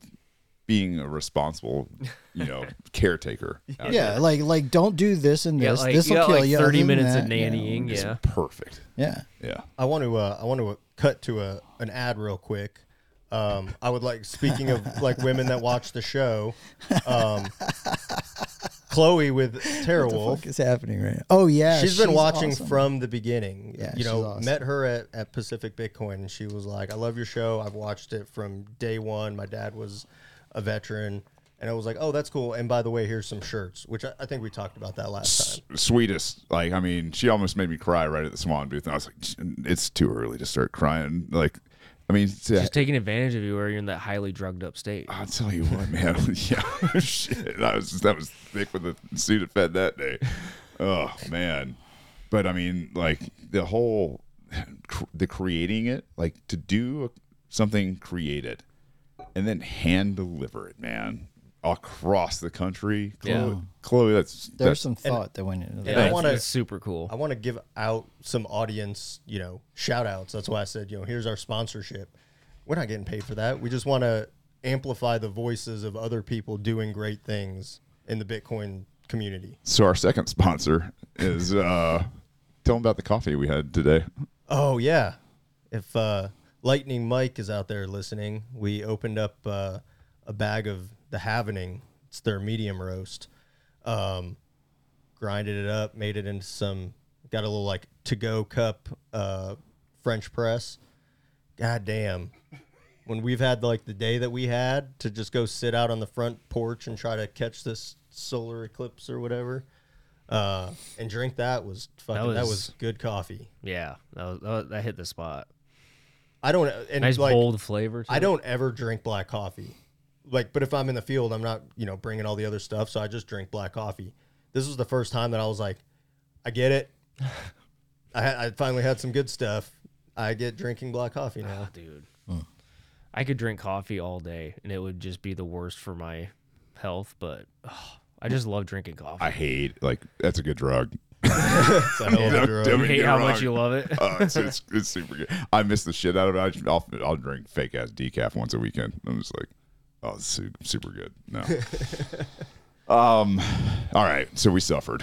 C: being a responsible, you know, caretaker. out
E: Yeah,
C: here
E: like like don't do this and
B: Oh, Yeah,
E: this.
B: like,
E: this
B: you
E: will
B: got,
E: kill
B: like
E: you.
B: thirty
E: other than
B: minutes of
E: that, you know.
B: nannying.
C: is
B: Yeah,
C: perfect.
E: Yeah.
C: Yeah.
A: I want to uh, I want to cut to a an ad real quick. Um, I would like speaking of like women that watch the show. Um, Chloe with Tara
E: What
A: Wolf.
E: the fuck is happening right now? Oh yeah,
A: she's been watching
E: awesome.
A: from the beginning.
E: Yeah,
A: you know,
E: she's awesome.
A: met her at, at Pacific Bitcoin, and she was like, "I love your show. I've watched it from day one. My dad was a veteran, and I was like, oh, that's cool. And by the way, here's some shirts, which I, I think we talked about that last time.
C: sweetest. Like, I mean, she almost made me cry right at the Swan booth, and I was like, "It's too early to start crying." Like, I mean, to,
B: just taking advantage of you where you're in that highly drugged up state.
C: I'll tell you what, man. yeah, shit. That was that was thick with the Sudafed that day. Oh man, but I mean, like the whole cr- the creating it, like to do something created and then hand deliver it, man, across the country. Chloe,
B: Yeah.
C: Chloe that's
E: There's
C: that's
E: some thought that went into
A: and
E: that.
A: I want to
B: It's super cool.
A: I want to give out some audience, you know, shout outs. That's why I said, you know, here's our sponsorship. We're not getting paid for that. We just want to amplify the voices of other people doing great things in the Bitcoin community.
C: So our second sponsor is uh tell them about the coffee we had today.
A: Oh yeah. If uh, Lightning Mike is out there listening, we opened up uh, a bag of the Havening. It's their medium roast. Um, grinded it up, made it into some. Got a little like to go cup uh, French press. God damn. When we've had like the day that we had to just go sit out on the front porch and try to catch this solar eclipse or whatever, uh, and drink that was fucking that
B: was-
A: was good coffee.
B: yeah, that, was, that, was- that hit the spot.
A: I don't and
B: Nice
A: like
B: bold flavor. To
A: I
B: it.
A: don't ever drink black coffee. Like, but if I'm in the field, I'm not you know bringing all the other stuff, so I just drink black coffee. This was the first time that I was like, I get it. I, had, I finally had some good stuff. I get drinking black coffee now.
B: Ah, dude. I could drink coffee all day, and it would just be the worst for my health. But oh, I just love drinking coffee.
C: I hate like that's a good drug.
A: It's a hell of a
C: Don't-
A: drug.
C: don't
B: you
C: get
B: hate
C: me
B: how
C: wrong.
B: much you love it.
C: Oh, it's, it's, it's super good. I miss the shit out of it. I, will I'll drink fake ass decaf once a weekend. I'm just like, oh, it's su- super good. No. um, all right. So we suffered.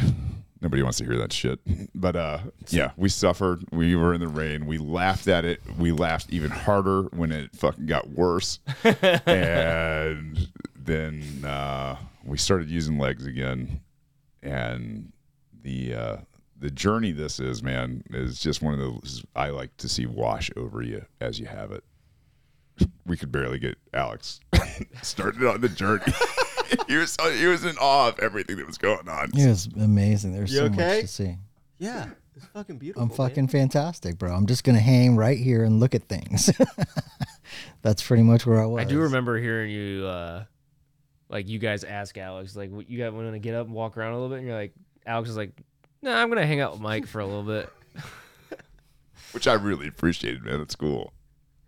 C: Nobody wants to hear that shit. But uh, yeah, we suffered. We were in the rain. We laughed at it. We laughed even harder when it fucking got worse. and then uh, we started using legs again, and the uh, the journey this is, man, is just one of those I like to see wash over you as you have it. We could barely get Alex started on the journey. he was so, he was in awe of everything that was going on.
E: It was amazing. There's
A: You
E: so
A: okay?
E: much to see.
A: Yeah, it's fucking beautiful.
E: I'm
A: man.
E: fucking fantastic, bro. I'm just gonna hang right here and look at things. That's pretty much where I was.
B: I do remember hearing you, uh, like you guys ask Alex, like "What- you guys want to get up and walk around a little bit, and you're like, Alex is like, no, I'm gonna hang out with Mike for a little bit.
C: which I really appreciated, man. It's cool.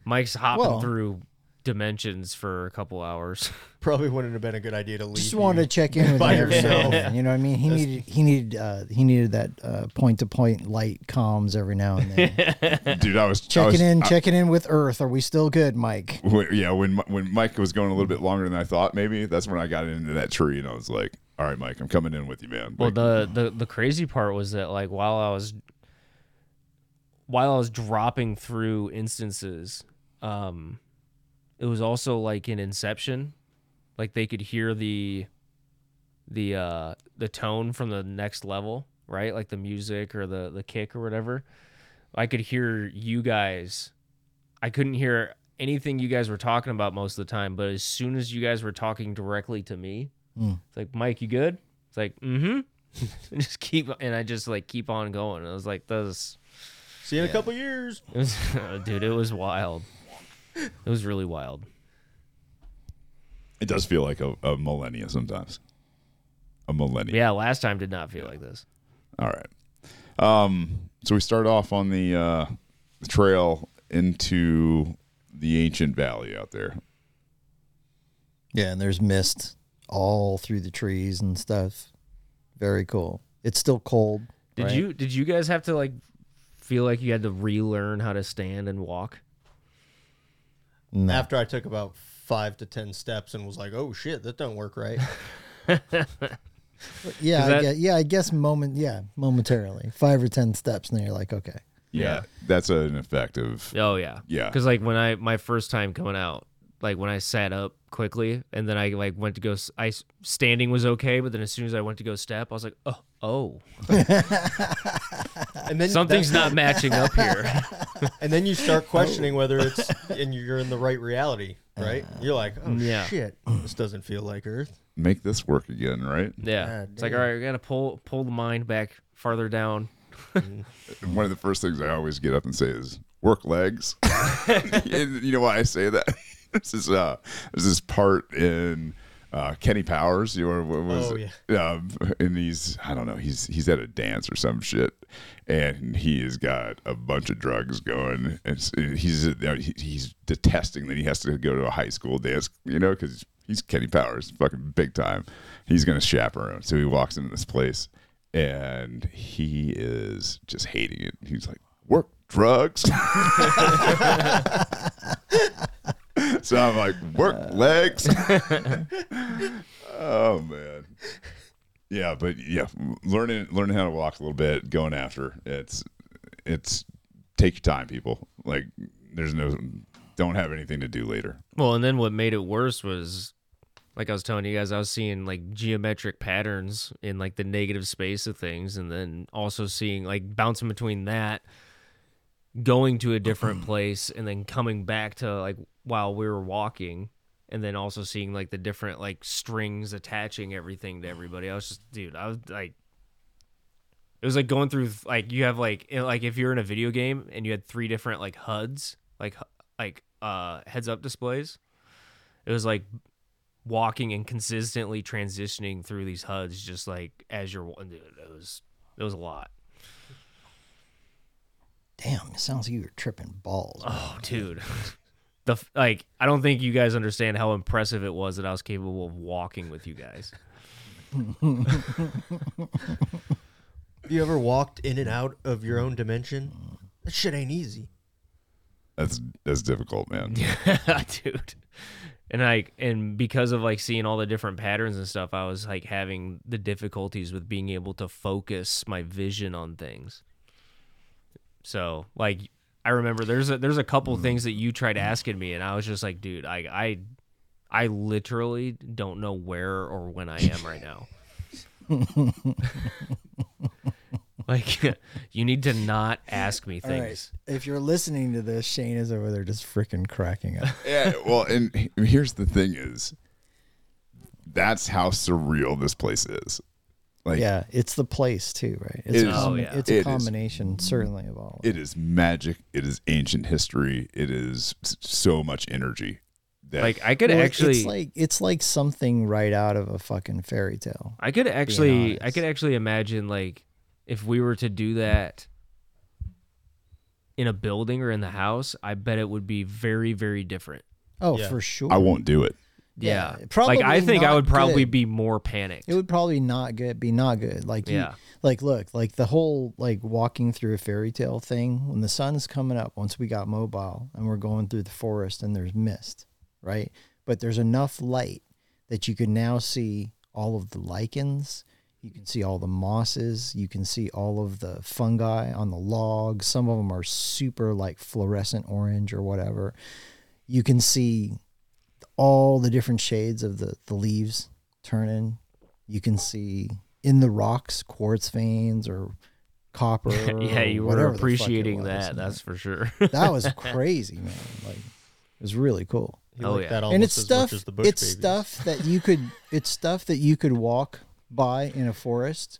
B: Mike's hopping
E: Well-
B: through dimensions for a couple hours.
A: Probably wouldn't have been a good idea to leave.
E: Just
A: you.
E: wanted to check in with
A: by
E: him every now and
A: yourself.
E: then, You know what I mean? He needed he needed uh, he needed that point to point light comms every now and then.
C: Dude, I was I
E: checking
C: was-
E: in,
C: I-
E: checking in with Earth. Are we still good, Mike?
C: Wh- yeah, when Mi- when Mike was going a little bit longer than I thought, maybe that's when I got into that tree and I was like, "All right, Mike, I'm coming in with you, man."
B: Well,
C: Like,
B: the, the the crazy part was that like while I was while I was dropping through instances, um, it was also like in Inception, like they could hear the the uh the tone from the next level, right? Like the music or the the kick or whatever. I could hear you guys. I couldn't hear anything you guys were talking about most of the time, but as soon as you guys were talking directly to me,
E: Mm.
B: it's like, Mike, you good? It's like, mm-hmm. and just keep and I just like keep on going. And I was like, this
A: See you in a couple years.
B: it was dude, it was wild. It was really wild.
C: it does feel like a, a millennia sometimes. A millennia.
B: Yeah, last time did not feel like this.
C: All right. Um, so we start off on the uh, the trail into the ancient valley out there.
E: Yeah, and there's mist all through the trees and stuff. Very cool. It's still cold.
B: Did
E: right?
B: you did you guys have to like feel like you had to relearn how to stand and walk?
E: No.
A: After I took about five to ten steps and was like, "Oh shit, that don't work right."
E: Yeah,
B: Is
E: I
B: that-
E: guess, yeah, I guess moment. Yeah, momentarily, five or ten steps, and then you're like, okay,
C: Yeah, that's an effective.
B: Oh yeah.
C: Yeah.
B: Cuz like when I my first time coming out, like when I sat up quickly and then I like went to go s- I s- standing was okay, but then as soon as I went to go step, I was like, "Oh, oh.
A: And then
B: Something's not matching up here."
A: And then you
B: Oh.
A: start questioning whether it's and you're in the right reality, right? You're like, "Oh
B: Uh, Yeah.
A: shit, this doesn't feel like Earth."
C: Make this work again, right?
B: Yeah.
E: God
B: it's like, all right, we gotta pull pull the mind back farther down.
C: One of the first things I always get up and say is work legs. and you know why I say that? This is uh, this is part in uh, Kenny Powers. You know what was
A: Oh,
C: it? Um, and he's I don't know. He's he's at a dance or some shit, and he has got a bunch of drugs going, and s- he's you know, he- he's detesting that he has to go to a high school dance. You know because. He's Kenny Powers, fucking big time. He's gonna chaperone, so he walks into this place, and he is just hating it. He's like, "Work drugs." So I'm like, work legs. oh man. Yeah, but yeah, learning learning how to walk a little bit, going after it's it's take your time, people. Like there's no don't have anything to do later.
B: Well, and then what made it worse was like I was telling you guys, I was seeing like geometric patterns in like the negative space of things, and then also seeing like bouncing between that, going to a different place, and then coming back to like while we were walking, and then also seeing like the different like strings attaching everything to everybody. I was just, dude, I was like, it was like going through like you have like you know, like if you're in a video game and you had three different like HUDs, like like uh heads up displays. It was like walking and consistently transitioning through these HUDs, just like as you're. wa- dude, It was it was a lot.
E: damn, it sounds like you were tripping balls.
B: Oh, dude. The f- like, I don't think you guys understand how impressive it was that I was capable of walking with you guys.
A: Have you ever walked in and out of your own dimension? That shit ain't easy.
C: That's that's difficult, man.
B: dude and like and because of like seeing all the different patterns and stuff i was like having the difficulties with being able to focus my vision on things so like
E: Mm.
B: i remember there's a there's a couple things that you tried asking me and i was just like dude i i I literally don't know where or when I am right now. like, you need to not ask me
E: All
B: things.
E: right. If you're listening to this, Shane is over there just freaking cracking up.
C: Yeah, well, and he- here's the thing is that's how surreal this place is. Like
E: yeah, it's the place too, right? It's
C: It
E: a,
C: is.
E: com-
B: Oh, yeah.
E: it's a
C: It is.
E: combination, certainly of all. of it.
C: it is magic, it is ancient history, it is s- so much energy. That
B: Like, I could
E: Well,
B: actually.
E: it's like it's like something right out of a fucking fairy tale.
B: I could actually, I
E: honest.
B: could actually imagine like if we were to do that in a building or in the house, I bet it would be very, very different.
E: Oh,
A: Yeah.
E: for sure.
C: I won't do it.
E: Yeah,
B: Yeah,
E: probably
B: like I think I
E: not
B: would probably
E: good.
B: be more panicked.
E: it would probably not good be not good. Like you,
B: Yeah.
E: like look, like the whole like walking through a fairy tale thing when the sun's coming up, once we got mobile and we're going through the forest and there's mist, right? But there's enough light that you can now see all of the lichens, you can see all the mosses, you can see all of the fungi on the logs. Some of them are super like fluorescent orange or whatever. You can see all the different shades of the, the leaves turning. You can see in the rocks quartz veins or copper.
B: yeah,
E: or
B: you were
E: whatever the fuck it
B: appreciating
E: was.
B: that. That's for sure.
E: that was crazy, man. Like it was really cool.
A: He
B: Oh,
A: liked
B: yeah.
A: that almost
E: and it's
A: as
E: stuff
A: much as the
E: it's
A: Bush babies.
E: stuff that you could it's stuff that you could walk by in a forest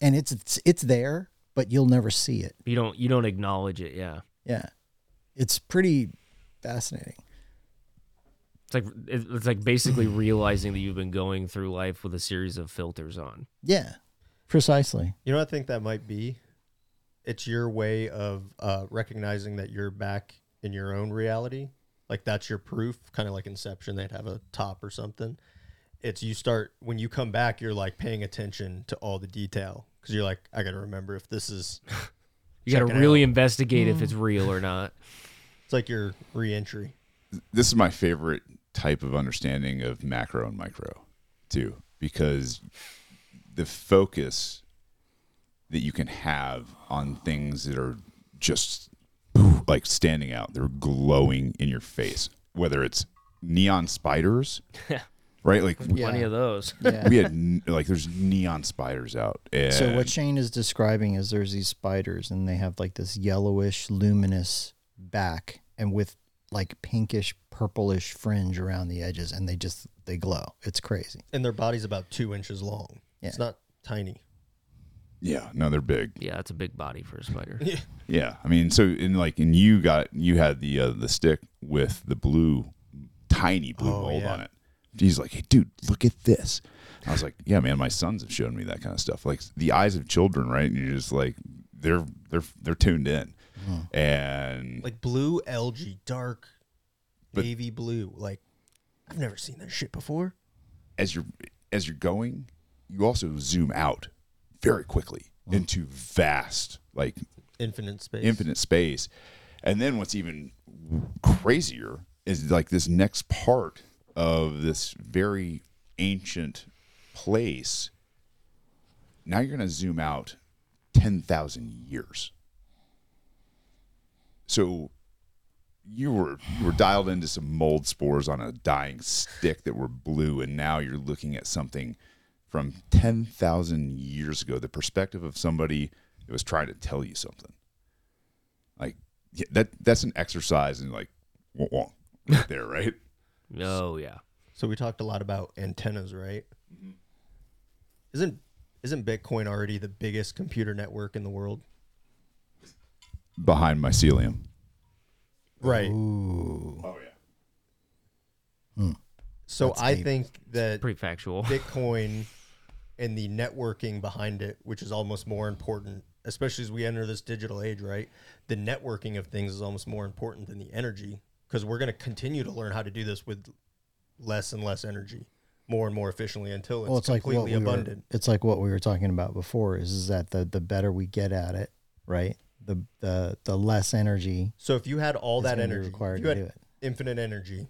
E: and it's it's, it's there, but you'll never see it.
B: you don't, you don't acknowledge it. Yeah,
E: Yeah. It's pretty fascinating.
B: it's like it- it's like basically realizing that you've been going through life with a series of filters on.
E: Yeah. Precisely.
A: You know, what I think that might be. It's your way of uh, recognizing that you're back in your own reality. Like that's your proof, kind of like Inception. They'd have a top or something. It's you start when you come back. You're like paying attention to all the detail because you're like, I got to remember if this is.
B: You got to
A: Check it
B: really investigate
E: Mm.
B: if it's real or not.
A: It's like your reentry.
C: This is my favorite type of understanding of macro and micro, too, because the focus that you can have on things that are just like standing out, they're glowing in your face, whether it's neon spiders, right? Like, we,
E: Yeah.
B: Plenty of those.
E: Yeah.
C: we had n- like there's neon spiders out. And
E: So what Shane is describing is there's these spiders and they have like this yellowish luminous back and with like pinkish purplish fringe around the edges and they just they glow. It's crazy.
A: and their body's about two inches long. It's
E: Yeah.
A: not tiny.
C: yeah, no, they're big.
B: Yeah, it's a big body for a spider.
C: Yeah, I mean, so in like, and you got you had the uh, the stick with the blue, tiny blue
A: Oh,
C: mold
A: yeah.
C: on it. He's like, hey, dude, look at this. I was like, yeah, man, my sons have shown me that kind of stuff, like the eyes of children, right? And you're just like, they're they're they're tuned in, and
A: Like blue algae, dark
C: But-
A: navy blue. Like I've never seen that shit before.
C: as you're as you're going, you also zoom out very quickly into vast like
A: Infinite space.
C: infinite space. And then what's even crazier is like this next part of this very ancient place. Now you're going to zoom out 10,000 years. So you were you were dialed into some mold spores on a dying stick that were blue and now you're looking at something from 10,000 years ago, the perspective of somebody that was trying to tell you something like yeah, that that's an exercise in like wonk wonk right there right
B: Oh yeah.
A: So we talked a lot about antennas, right?
C: Mm-hmm.
A: Isn't isn't Bitcoin already the biggest computer network in the world?
C: behind mycelium
A: Right.
C: oh yeah
A: so I think that
B: Pretty factual.
A: Bitcoin and the networking behind it, which is almost more important, especially as we enter this digital age, right? The networking of things is almost more important than the energy because we're going to continue to learn how to do this with less and less energy, more and more efficiently until it's,
E: well, it's like what
A: completely
E: we were-
A: abundant.
E: it's like what we were talking about before is, is that the, the better we get at it, right? The the the less energy
A: So if you had all
E: It's
A: that
E: gonna be
A: energy, if
E: required
A: you
E: to
A: had
E: do it.
A: infinite energy,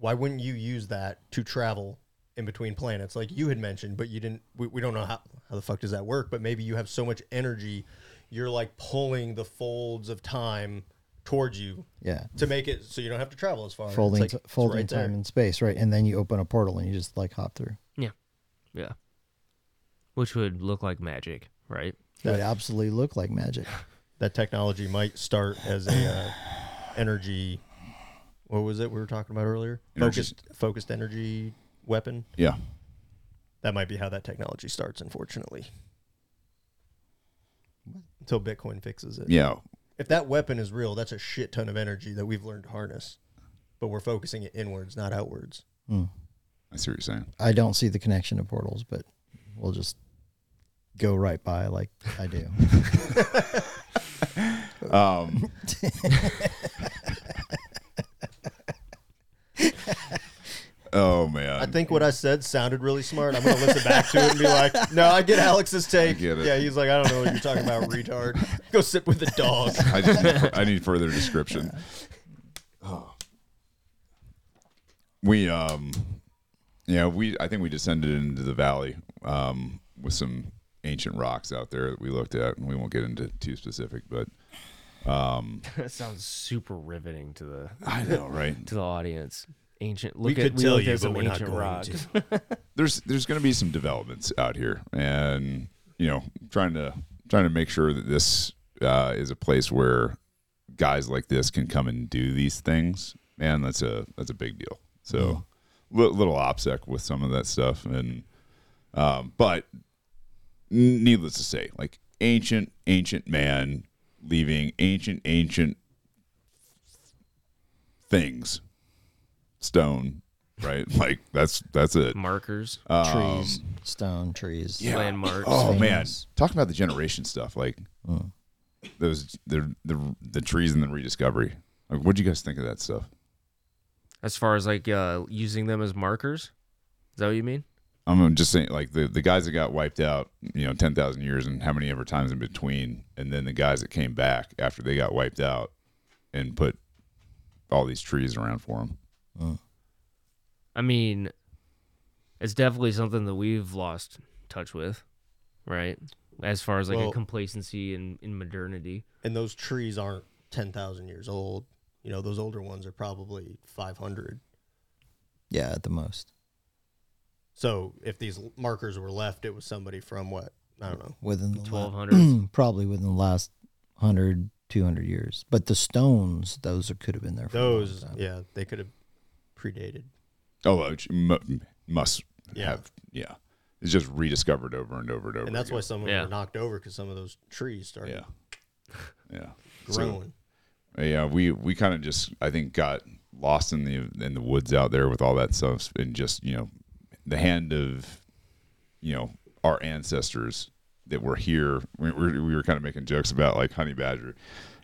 A: why wouldn't you use that to travel in between planets, like you had mentioned? But you didn't. We, we don't know how how the fuck does that work. But maybe you have so much energy, you're like pulling the folds of time, towards you
E: Yeah.
A: to make it so you don't have to travel as far. It's
E: Folding,
A: like,
E: t-
A: it's
E: folding
A: right there.
E: time and space, right? And then you open a portal and you just like hop through.
B: Yeah. Yeah. Which would look like magic, right?
E: It would absolutely look like magic.
A: That technology might start as a uh, energy. What was it we were talking about earlier?
C: Energy-
A: Focused, focused energy weapon.
C: Yeah.
A: That might be how that technology starts. Unfortunately, until Bitcoin fixes it.
C: Yeah.
A: If that weapon is real, that's a shit ton of energy that we've learned to harness, but we're focusing it inwards, not outwards.
C: I see what you're saying.
E: I don't see the connection to portals, but we'll just go right by like I do.
C: Um, oh man.
A: I think what I said sounded really smart. I'm gonna listen back to it and be like, "No, I get Alex's take."
C: get it.
A: Yeah, he's like, "I don't know what you're talking about, retard. Go sit with the dog."
C: I just need, fur- I need further description. Oh. We um yeah, we I think we descended into the valley um with some ancient rocks out there that we looked at and we won't get into too specific, but
B: that sounds super riveting to the
C: I know, right?
B: to the audience. Ancient look
A: We
B: at
A: could
B: we
A: tell
B: looked
A: you, but
B: at some
A: we're not
B: ancient
A: going
B: rocks.
A: to.
C: There's there's gonna be some developments out here and you know, trying to trying to make sure that this uh, is a place where guys like this can come and do these things, man, that's a that's a big deal. So li- little OPSEC with some of that stuff, and um, but n- needless to say, like ancient ancient man leaving ancient ancient things, stone, right? like that's that's it.
B: Markers,
C: Um,
E: trees, stone, trees.
B: landmarks.
C: Oh man,
E: Famous.
C: talking about the generation stuff, like those the the the trees and the rediscovery. Like, what do you guys think of that stuff?
B: As far as like uh, using them as markers, is that what you mean?
C: I'm just saying, like the, the guys that got wiped out, you know, ten thousand years and how many ever times in between, and then the guys that came back after they got wiped out and put all these trees around for them.
B: I mean, it's definitely something that we've lost touch with, right? As far as like
A: Well-
B: a complacency in, in modernity.
A: and those trees aren't ten thousand years old. You know, those older ones are probably five hundred.
E: Yeah, at the most.
A: So if these l- markers were left, it was somebody from what I don't know.
E: Within the la-
B: 1200s.
E: probably within the last 100, 200 years. But the stones, those are- could have been there for a long
A: Those,
E: time.
A: yeah, they could have predated.
C: Oh, uh, m- must
A: Yeah.
C: have yeah. It's just rediscovered over and over and over.
A: And that's
C: again.
A: why some of them
B: Yeah.
A: were knocked over because some of those trees started
C: yeah, yeah. So-
A: growing.
C: Yeah, we we kind of just I think got lost in the in the woods out there with all that stuff and just you know the hand of you know our ancestors that were here. We were, we were kind of making jokes about like honey badger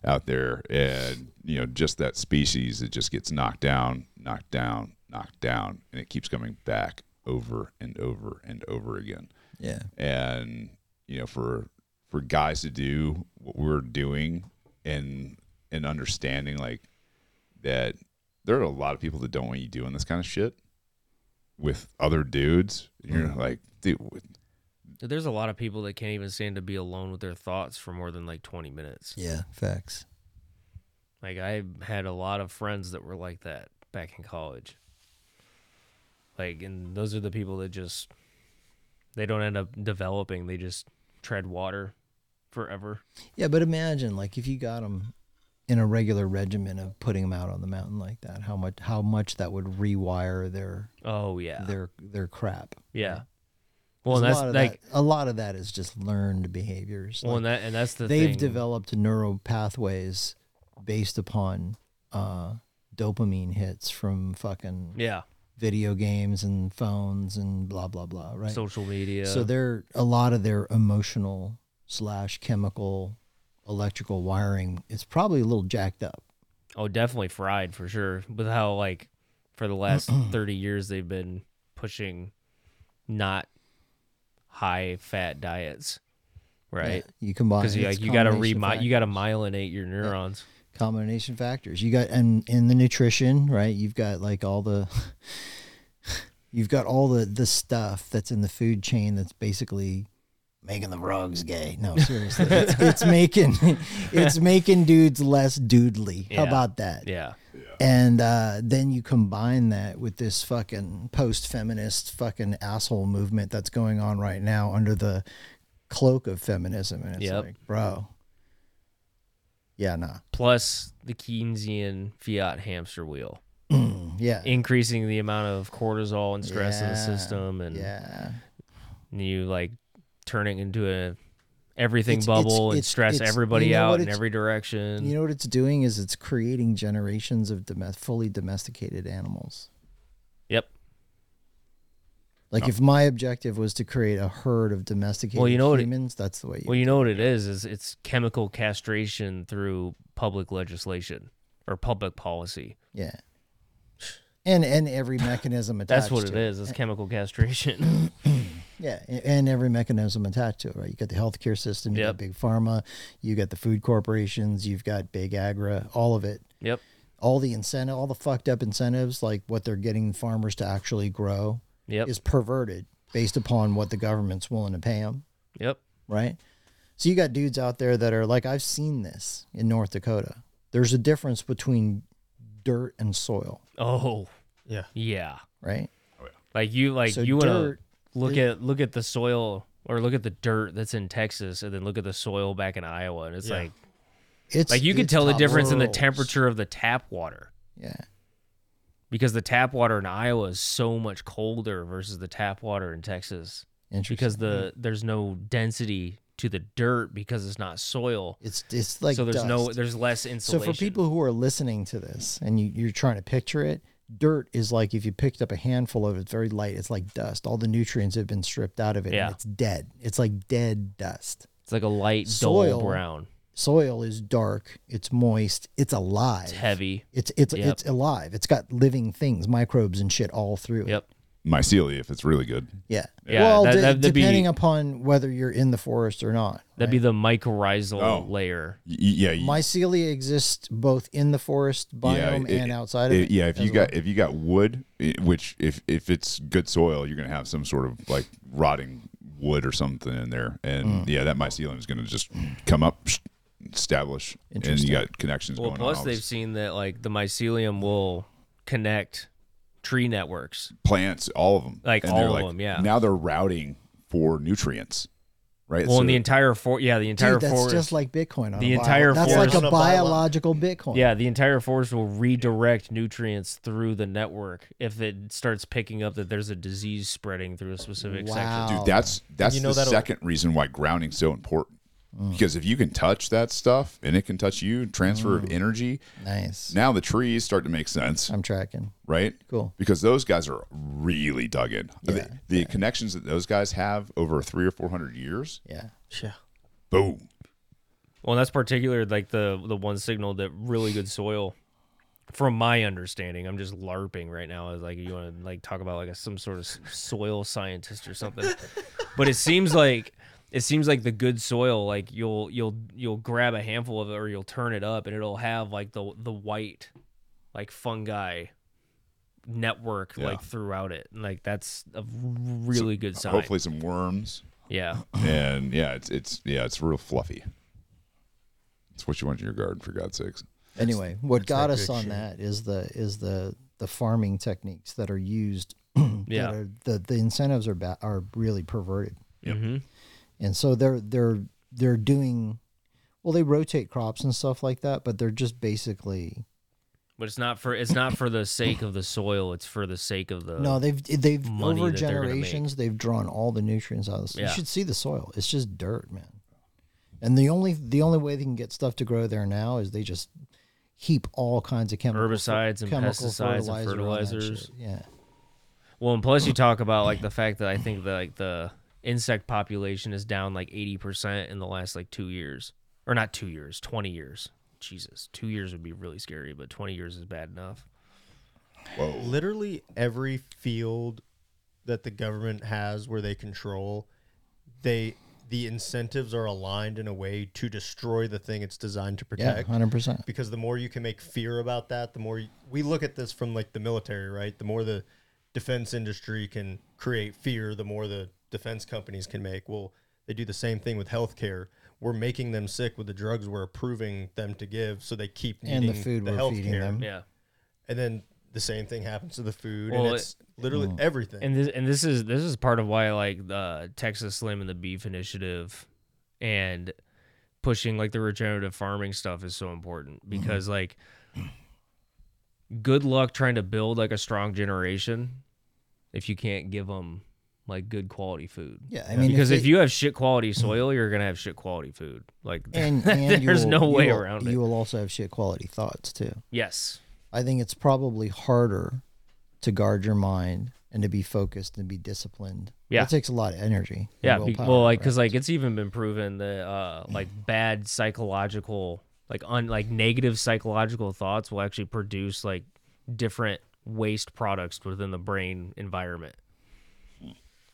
C: out there and you know just that species that just gets knocked down, knocked down, knocked down, and it keeps coming back over and over and over again
E: Yeah.
C: and you know for for guys to do what we're doing and and understanding like that there are a lot of people that don't want you doing this kind of shit with other dudes you're like dude what-
B: There's a lot of people that can't even stand to be alone with their thoughts for more than like 20 minutes.
E: Yeah, facts.
B: Like I had a lot of friends that were like that back in college. Like and those are the people that just they don't end up developing. They just tread water forever.
E: Yeah, but imagine like if you got them in a regular regimen of putting them out on the mountain like that, how much how much that would rewire their
B: Oh yeah.
E: their their crap.
B: yeah. Well,
E: 'Cause
B: and
E: a
B: that's
E: lot of
B: like
E: that, a lot of that is just learned behaviors.
B: well,
E: Like,
B: and that and that's the
E: they've
B: thing.
E: developed neural pathways based upon uh, dopamine hits from fucking
B: Yeah.
E: video games and phones and blah blah blah, right?
B: Social media.
E: So they're a lot of their emotional slash chemical electrical wiring is probably a little jacked up.
B: Oh, definitely fried for sure. With how like for the last thirty years they've been pushing not high fat diets, right?
E: Yeah, you combine
B: Because you
E: it's
B: like you gotta
E: combination
B: remi-
E: fact-
B: you gotta myelinate your neurons.
E: combination factors. You got and in the nutrition, right? You've got like all the you've got all the the stuff that's in the food chain that's basically making the frogs gay. No, seriously, it's, it's making it's making dudes less dudely.
B: Yeah.
E: How about that?
B: Yeah.
E: And uh, then you combine that with this fucking post feminist fucking asshole movement that's going on right now under the cloak of feminism. And it's
B: Yep.
E: like, bro. Yeah, nah.
B: Plus the Keynesian fiat hamster wheel,
E: Yeah.
B: increasing the amount of cortisol and stress in the
E: Yeah.
B: system, and
E: Yeah.
B: you like turn it into a everything
E: It's- it's-
B: bubble and
E: it's-
B: stress
E: it's-
B: everybody
E: you know
B: out
E: what
B: in
E: it's-
B: every direction.
E: You know what it's doing is it's creating generations of domest- fully domesticated animals.
B: yep.
E: Like if my objective was to create a herd of domesticated
B: Oh. Well, you know what it-
E: humans, that's the way you
B: Well, you know what it is is it's chemical castration through public legislation or public policy.
E: Yeah. And and every mechanism attached
B: That's what it
E: to
B: is. It's chemical castration.
E: Yeah, a- and every mechanism attached to it, right? You got the healthcare system, you
B: Yep.
E: got big pharma, you got the food corporations, you've got big agra, all of it.
B: yep.
E: All the incentive, all the fucked up incentives, like what they're getting farmers to actually grow,
B: Yep.
E: is perverted based upon what the government's willing to pay them,
B: Yep.
E: right? So you got dudes out there that are like, I've seen this in North Dakota. There's a difference between dirt and soil,
B: Oh,
A: Yeah.
B: yeah.
E: right?
B: Like you like
E: So
B: you want to
E: dirt
B: look at look at the soil or look at the dirt that's in Texas and then look at the soil back in Iowa and it's
A: Yeah.
B: like
E: It's
B: like you can
E: it's
B: tell the
E: top
B: difference in the
E: worlds.
B: temperature of the tap water
E: Yeah.
B: because the tap water in Iowa is so much colder versus the tap water in Texas
E: Interesting.
B: because the there's no density to the dirt because it's not soil.
E: it's it's like
B: so there's no
E: dust.
B: there's less
E: So
B: insulation.
E: for people who are listening to this and you, you're trying to picture it, dirt is like if you picked up a handful of it, it's very light. It's like dust. All the nutrients have been stripped out of it.
B: Yeah.
E: And it's dead. It's like dead dust.
B: it's like a light
E: Soil-
B: dull brown.
E: Soil is dark. It's moist. It's alive.
B: It's heavy.
E: It's it's
B: Yep.
E: it's alive. It's got living things, microbes and shit all through. it.
B: Yep.
C: Mycelia, if it's really good.
E: Yeah.
B: Yeah,
E: well,
B: that-
E: de-
B: that'd be-
E: depending upon whether you're in the forest or not.
B: That'd be the mycorrhizal
C: Oh.
B: layer.
C: Y- y- yeah, y-
E: Mycelia exists both in the forest
C: yeah,
E: biome
C: it-
E: and outside of
C: it-
E: it.
C: Yeah, if
E: as
C: you
E: well.
C: got if you got wood, i- which if if it's good soil, you're gonna have some sort of like rotting wood or something in there,
E: Hmm.
C: and yeah, that mycelium is gonna just come up, psh, establish, and you
E: Interesting.
C: got connections
B: Well,
C: going
B: plus
C: on.
B: they've seen that like the mycelium will connect tree networks.
C: plants, all of them,
B: Like,
C: and
B: all
C: they're
B: of them, yeah.
C: Now they're routing for nutrients, right?
B: Well, in
C: So-
B: the entire for yeah, the entire
E: Dude, that's
B: forest.
E: just like Bitcoin. On
B: The
E: a bio-
B: entire
E: that's
B: forest-
E: like
A: On
E: a
A: a bio-
E: biological Bitcoin.
B: yeah, the entire forest will redirect nutrients through the network if it starts picking up that there's a disease spreading through a specific
E: Wow.
B: section.
C: Dude, that's that's
A: you know
C: the
A: that'll-
C: second reason why grounding's so important.
E: Hmm.
C: Because if you can touch that stuff and it can touch you, transfer
E: Hmm.
C: of energy,
E: Nice.
C: now the trees start to make sense,
E: I'm tracking.
C: right?
E: Cool.
C: Because those guys are really dug in.
E: Yeah,
C: the the connections that those guys have over three or four hundred years,
E: Yeah.
A: Yeah.
C: boom.
B: Well, that's particular like the the one signal that really good soil. From my understanding, I'm just larping right now. Is like you want to like talk about like a, some sort of s- soil scientist or something, but it seems like it seems like the good soil like you'll you'll you'll grab a handful of it or you'll turn it up and it'll have like the the white like fungi network like throughout it and like that's a really good sign.
C: Hopefully some worms.
B: yeah.
C: And yeah, it's it's yeah, it's real fluffy. It's what you want in your garden for God's sakes.
E: Anyway, what got
A: that
E: us
A: good
E: on
A: shit.
E: that is the is the the farming techniques that are used.
B: Yeah.
E: That are, the the incentives are ba- are really perverted,
B: Mhm.
E: and so they're they're they're doing. Well, they rotate crops and stuff like that, but they're just basically
B: But it's not for it's not for the sake of the soil. It's for the sake of the
E: no. They've they've
B: money
E: over
B: that they're gonna
E: generations they've drawn all the nutrients out of this.
B: Yeah.
E: You should see the soil; it's just dirt, man. And the only the only way they can get stuff to grow there now is they just heap all kinds of chemical
B: Herbicides and pesticides and
E: on that shit.
B: fertilizers.
E: Yeah.
B: Well, and plus you talk about like the fact that I think that like the insect population is down like eighty percent in the last like two years, or not two years, twenty years. Jesus, two years would be really scary, but twenty years is bad enough.
C: Whoa.
A: Literally every field that the government has where they control, they the incentives are aligned in a way to destroy the thing it's designed to
E: Yeah,
A: protect.
E: hundred percent.
A: because the more you can make fear about that, the more you, we look at this from like the military, right? The more the defense industry can create fear, the more the defense companies can make. Well, They do the same thing with healthcare. We're making them sick with the drugs we're approving them to give, so they keep
E: And
A: needing
E: the food we're feeding
A: healthcare.
E: them.
B: Yeah.
A: And then the same thing happens to the food,
B: Well,
A: and it's literally
E: Mm.
A: everything.
B: And this and this is this is part of why like the Texas Slim and the Beef Initiative and pushing like the regenerative farming stuff is so important
E: Mm-hmm.
B: because like good luck trying to build like a strong generation if you can't give them like good quality food.
E: Yeah, I mean,
B: because if,
E: they- Mm-hmm.
B: you have shit quality soil, you're gonna have shit quality food. Like
E: and, and you
B: there's
E: will-
B: no
E: you
B: way
E: will-
B: around
E: You
B: it.
E: will also have shit quality thoughts too.
B: Yes.
E: I think it's probably harder to guard your mind and to be focused and be disciplined.
B: Yeah.
E: That takes a lot of energy. and
B: yeah be-
E: willpower,
B: well like
E: right?
B: because like it's even been proven that uh like bad psychological like un like negative psychological thoughts will actually produce like different waste products within the brain environment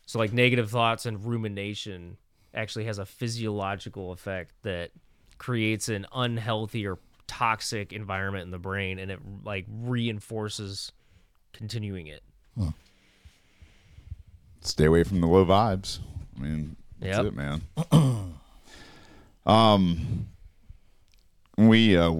B: so like negative thoughts and rumination actually has a physiological effect that creates an unhealthy or toxic environment in the brain and it like reinforces continuing it
C: Stay away from the low vibes. I mean, that's
B: Yep.
C: it, man. um, we uh,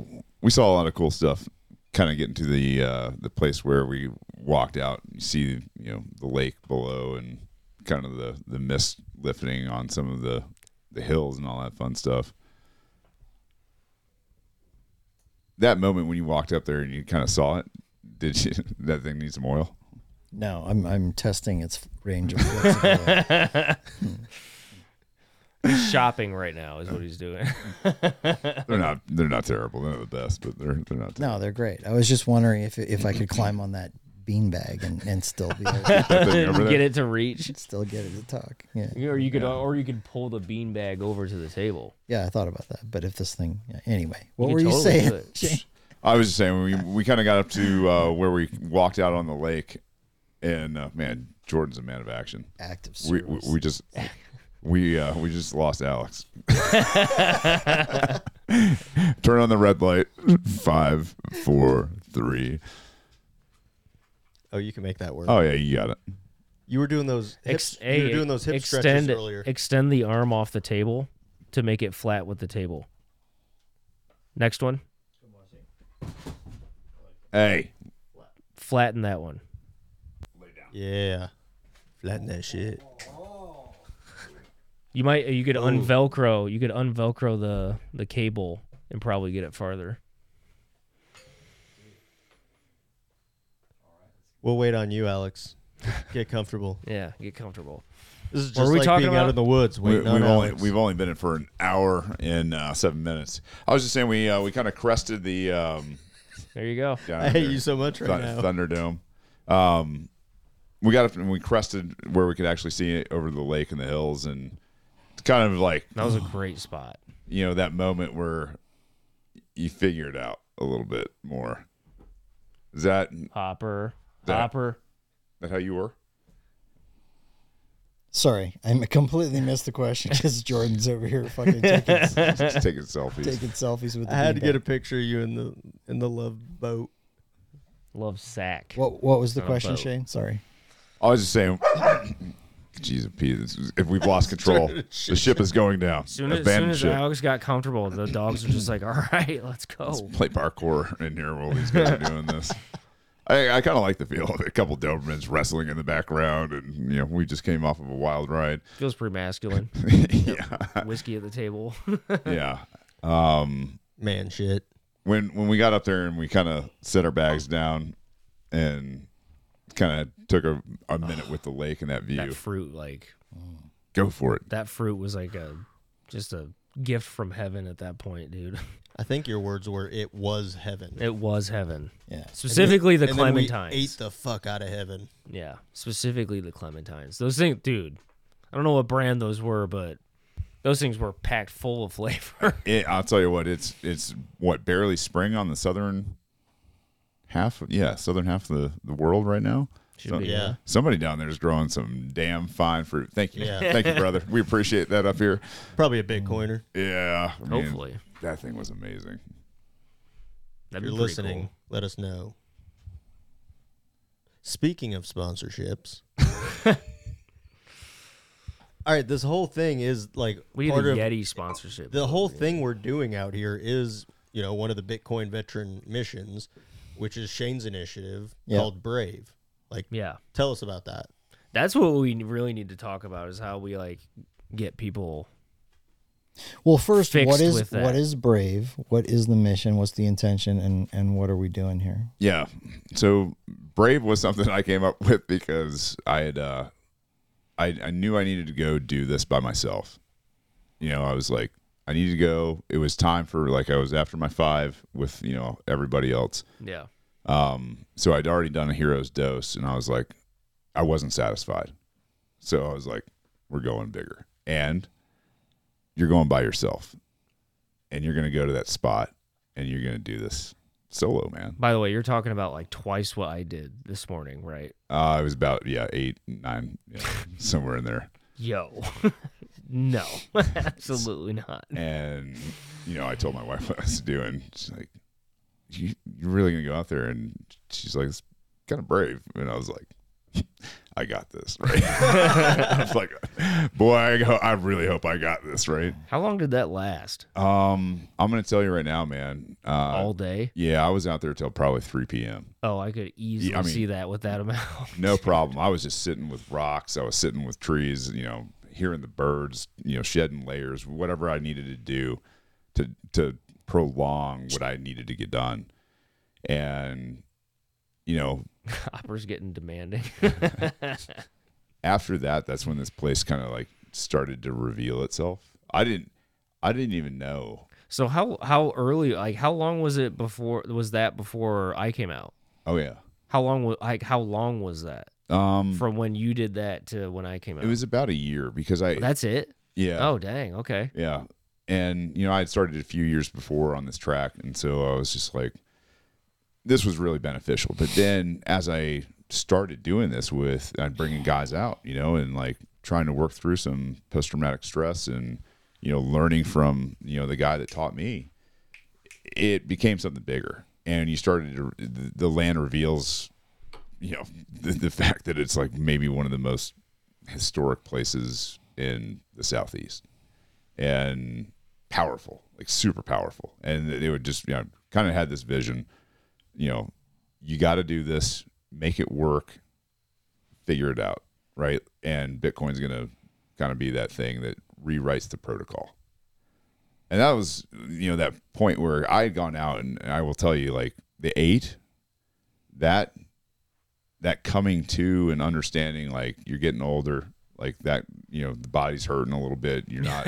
C: we saw a lot of cool stuff. Kind of getting to the uh, the place where we walked out. You see, you know, the lake below and kind of the the mist lifting on some of the the hills and all that fun stuff. That moment when you walked up there and you kind of saw it, did you? That thing needs some oil.
E: no, I'm I'm testing its range of flexibility.
B: shopping right now is what he's doing
C: They're not. They're not terrible. They're not the best, but they're they're not.
E: no, they're great. I was just wondering if if I could climb on that beanbag and and still be able to,
C: That thing over
B: get
C: there.
B: it to reach
E: still get it to talk. Yeah,
B: or you could uh, or you could pull the beanbag over to the table
E: yeah, I thought about that. But if this thing, yeah, anyway, what
B: could
E: were you
B: totally do
E: saying?
B: it.
E: Shane?
C: I was just saying we we kind of got up to uh, where we walked out on the lake, and uh, man, Jordan's a man of action.
E: Active
C: We we,
E: service.
C: we just we uh, we just lost Alex. Turn on the red light. Five, four, three.
A: oh, you can make that work.
C: Oh yeah, you got it.
A: You were doing those hips,
B: Ex-
A: you were
B: hey,
A: doing those hip
B: extend,
A: stretches earlier.
B: extend the arm off the table to make it flat with the table next one
C: Hey,
B: flatten that one
A: yeah, flatten that shit.
B: you might you could unvelcro you could unvelcro the the cable and probably get it farther
A: We'll wait on you, Alex. Get comfortable.
B: yeah get comfortable
A: This is
B: What
A: just
B: were we
A: like
B: talking
A: being
B: about?
A: out in the woods
C: we,
A: waiting on
C: we've only
A: Alex.
C: we've only been in for an hour and uh, seven minutes. I was just saying we uh, we kind of crested the. Um,
B: there you go
C: down
A: I hate
C: there.
A: you so much right now.
C: Thun- Thunderdome. Um, we got up and we crested where we could actually see it over the lake and the hills, and it's kind of like
B: that was a great spot
C: you know that moment where you figure it out a little bit more. Is that
B: hopper
C: That-
B: hopper
C: that how you were?
E: Sorry, I completely missed the question because Jordan's over here fucking taking,
C: Just taking selfies.
E: taking selfies with. The
A: I had to
E: beanbag.
A: get a picture of you in the in the love boat.
B: love sack
E: What What was the question,
B: boat.
E: Shane? Sorry.
C: I was just saying. Jeez, Pete, this is- if we've lost control, the ship is going down.
B: Soon as, soon
C: Abandon
B: as
C: ship.
B: Alex got comfortable, the dogs are just like, "All right, let's go."
C: Play parkour in here while these guys are doing this. I, I kind of like the feel of it. A couple Dobermans wrestling in the background, and you know we just came off of a wild ride.
B: Feels pretty masculine.
C: yeah,
B: Whiskey at the table.
C: yeah.
A: Man, shit.
C: When when we got up there and we kind of set our bags down, and kind of took a, a minute with the lake and that view.
B: that fruit, like
C: Go for it.
B: that fruit, was like a just a gift from heaven at that point, dude.
A: I think your words were "it was heaven."
B: It was heaven.
E: Yeah.
B: Specifically the
A: And then we
B: clementines.
A: ate the fuck out of heaven.
B: yeah, specifically the clementines. Those things, dude. I don't know what brand those were, but those things were packed full of flavor.
C: It- I'll tell you what. It's it's what barely spring on the southern half. Of, yeah, southern half of the, the world right now.
B: Should
C: So-
B: be,
A: Yeah.
C: Somebody down there is growing some damn fine fruit. Thank you.
A: Yeah.
C: Thank you, brother. We appreciate that up here.
A: Probably a
B: Mm,
A: Bitcoiner.
C: Yeah. I mean,
B: Hopefully.
C: That thing was amazing.
B: That'd
A: If
B: be
A: you're
B: pretty
A: listening,
B: cool.
A: let us know. Speaking of sponsorships, All right, this whole thing is like
B: We need
A: part
B: a
A: of
B: Yeti sponsorship.
A: the whole thing we're doing out here is, you know, one of the Bitcoin veteran missions, which is Shane's initiative
E: Yeah.
A: called Brave. Like,
B: yeah,
A: tell us about that.
B: that's what we really need to talk about is how we like get people.
E: Well, first,
B: fixed
E: what
B: with
E: is
B: that.
E: what is brave? What is the mission? What's the intention? And and what are we doing here?
C: Yeah. So Brave was something I came up with because I had uh I I knew I needed to go do this by myself. You know, I was like I needed to go. It was time for like I was after my 5 with, you know, everybody else.
B: Yeah,
C: Um so I'd already done a hero's dose and I was like I wasn't satisfied. So I was like we're going bigger. And you're going by yourself. And you're going to go to that spot and you're going to do this solo, man.
B: By the way, you're talking about like twice what I did this morning, right?
C: Uh, I was about yeah eight nine yeah, somewhere in there,
B: Yo. no. Absolutely not.
C: and you know I told my wife what I was doing. She's like, you, "You're really gonna go out there?" And she's like, "It's kind of brave," and I was like. I got this right. I was like, boy, I, go, I really hope I got this right.
B: How long did that last?
C: Um, I'm gonna tell you right now, man. Uh,
B: All day?
C: yeah, I was out there till probably 3 p.m.
B: Oh, I could easily
C: mean-
B: see that with that amount.
C: no problem. I was just sitting with rocks. I was sitting with trees. You know, hearing the birds. You know, shedding layers. Whatever I needed to do to to prolong what I needed to get done. And you know,
B: Copper's getting demanding.
C: after that, that's when this place kind of like started to reveal itself. I didn't. I didn't even know.
B: so how how early like how long was it before was that before I came out?
C: Oh yeah.
B: How long was like how long was that
C: Um,
B: from when you did that to when I came out? Oh,
C: it was about a year because I.
B: That's it?
C: yeah.
B: Oh dang, okay.
C: Yeah. And, you know, I had started a few years before on this track. And so I was just like, this was really beneficial. But then as I started doing this with and bringing guys out, you know, and like trying to work through some post traumatic stress and, you know, learning from, you know, the guy that taught me, it became something bigger. And you started to, the, the land reveals, you know, the, the fact that it's like maybe one of the most historic places in the Southeast and powerful, like super powerful. And they would just, you know, kind of had this vision, you know, you got to do this, make it work, figure it out, right? And Bitcoin's going to kind of be that thing that rewrites the protocol. And that was, you know, that point where I had gone out and I will tell you, like the eight, that that coming to and understanding like you're getting older like that you know the body's hurting a little bit you're not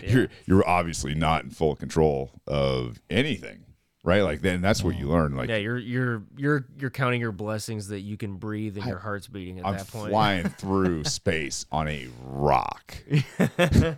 C: you're you're obviously not in full control of anything right like then that's what you learn like
B: Yeah, you're you're you're you're counting your blessings that you can breathe and your heart's beating at
C: i'm
B: that point.
C: flying through space on a rock and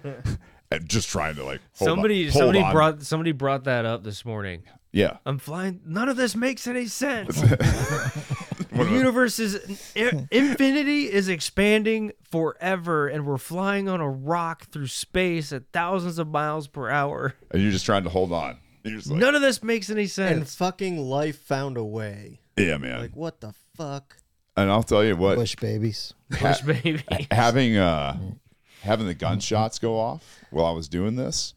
C: just trying to like hold on-
B: somebody
C: hold
B: somebody
C: on.
B: brought somebody brought that up this morning.
C: yeah
B: I'm flying. None of this makes any sense. the universe is i- infinity is expanding forever, and we're flying on a rock through space at thousands of miles per hour.
C: and you're just trying to hold on you're just like
B: None of this makes any
A: And
B: sense.
A: fucking life found a way.
C: yeah man
A: Like, what the fuck?
C: and i'll tell you what
E: Bush babies.
B: Push, baby.
C: having uh having the gunshots go off while I was doing this,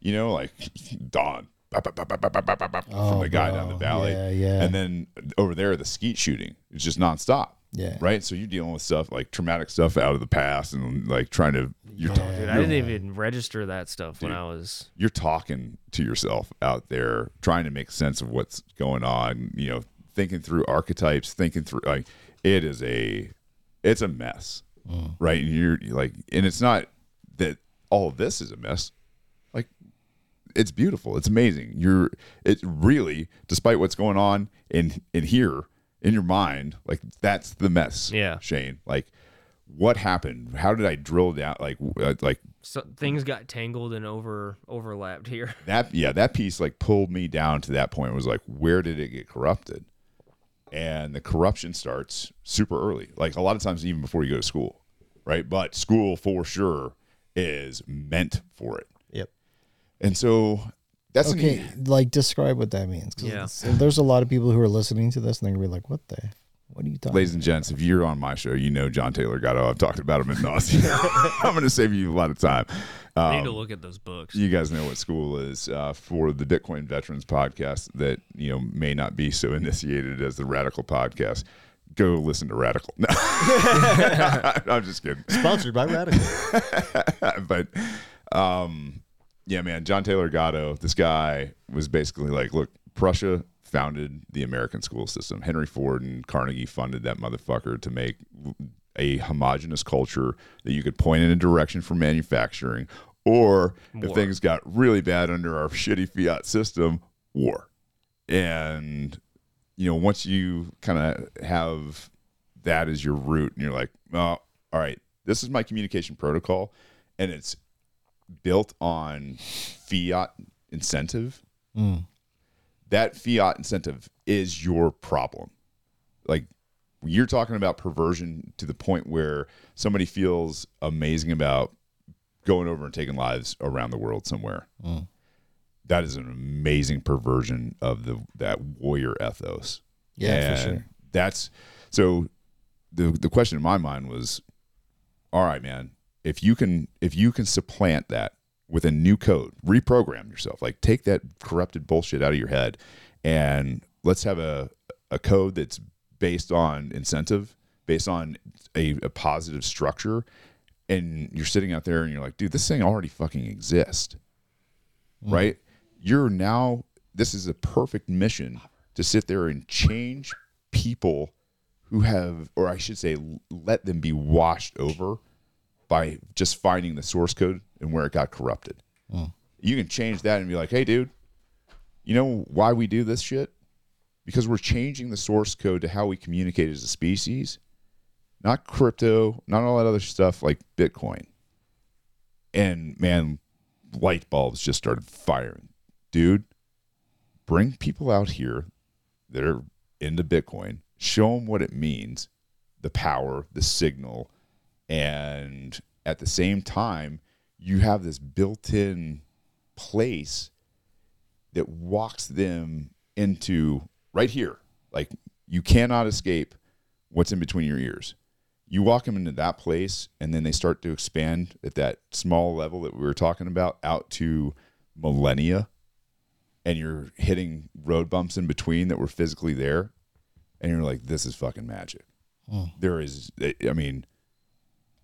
C: you know, like dawn bop, bop, bop, bop, bop, bop, bop, bop, from
E: Oh,
C: the guy
E: bro.
C: down the valley,
E: Yeah, yeah.
C: and then over there the skeet shooting it's just nonstop.
E: Yeah.
C: Right, so you're dealing with stuff like traumatic stuff out of the past, and like trying to you're talking
B: Dude, I didn't even register that stuff when I was.
C: you're talking to yourself out there, trying to make sense of what's going on. You know, thinking through archetypes, thinking through like it is a it's a mess, right? And you're you're like, and it's not that all of this is a mess. Like, it's beautiful, it's amazing. You're it really, despite what's going on in in here in your mind, like that's the mess.
B: Yeah.
C: Shane, like. What happened? How did I drill down? Like, uh, like
B: So, things got tangled and over overlapped here.
C: that yeah that piece like pulled me down to that point It was like where did it get corrupted and the corruption starts super early like a lot of times even before you go to school right but school for sure is meant for it
A: Yep.
C: and so that's an
E: Okay,
C: e-
E: like describe what that means. 'cause
B: Yeah.
E: it's- there's a lot of people who are listening to this and they're gonna be like, "What the What are you talking?
C: Ladies and gents, if you're on my show, you know John Taylor Gatto. I've talked about him in nauseam. I'm going to save you a lot of time. Uh,
B: I need to look at those books.
C: You guys know what school is uh, for the Bitcoin Veterans podcast that you know may not be so initiated as the Radical podcast. Go listen to Radical. No, I'm just kidding.
A: Sponsored by Radical.
C: but um, yeah, man, John Taylor Gatto, this guy was basically like, look, Prussia founded the American school system. Henry Ford and Carnegie funded that motherfucker to make a homogenous culture that you could point in a direction for manufacturing, or if
B: War.
C: things got really bad under our shitty fiat system, war. And you know, once you kind of have that as your root, and you're like, oh, all right, this is my communication protocol, and it's built on fiat incentive.
E: Hmm.
C: That fiat incentive is your problem. Like you're talking about perversion to the point where somebody feels amazing about going over and taking lives around the world somewhere.
E: Mm.
C: That is an amazing perversion of the that warrior ethos.
E: Yeah, for
C: And
E: sure.
C: That's so. the The question in my mind was, all right, man, if you can if you can supplant that with a new code, reprogram yourself, like take that corrupted bullshit out of your head, and let's have a a code that's based on incentive, based on a, a positive structure, and you're sitting out there and you're like, dude, this thing already fucking exists right? You're now this is a perfect mission to sit there and change people who have or I should say l- let them be washed over by just finding the source code and where it got corrupted. You can change that and be like, "Hey dude, you know why we do this shit? Because we're changing the source code to how we communicate as a species, not crypto, not all that other stuff like Bitcoin." And man, light bulbs just started firing. Dude, bring people out here that are into Bitcoin, show them what it means, the power, the signal, and at the same time, you have this built in place that walks them into right here. Like you cannot escape what's in between your ears. You walk them into that place, and then they start to expand at that small level that we were talking about out to millennia. And you're hitting road bumps in between that were physically there. And you're like, this is fucking magic. There is, I mean,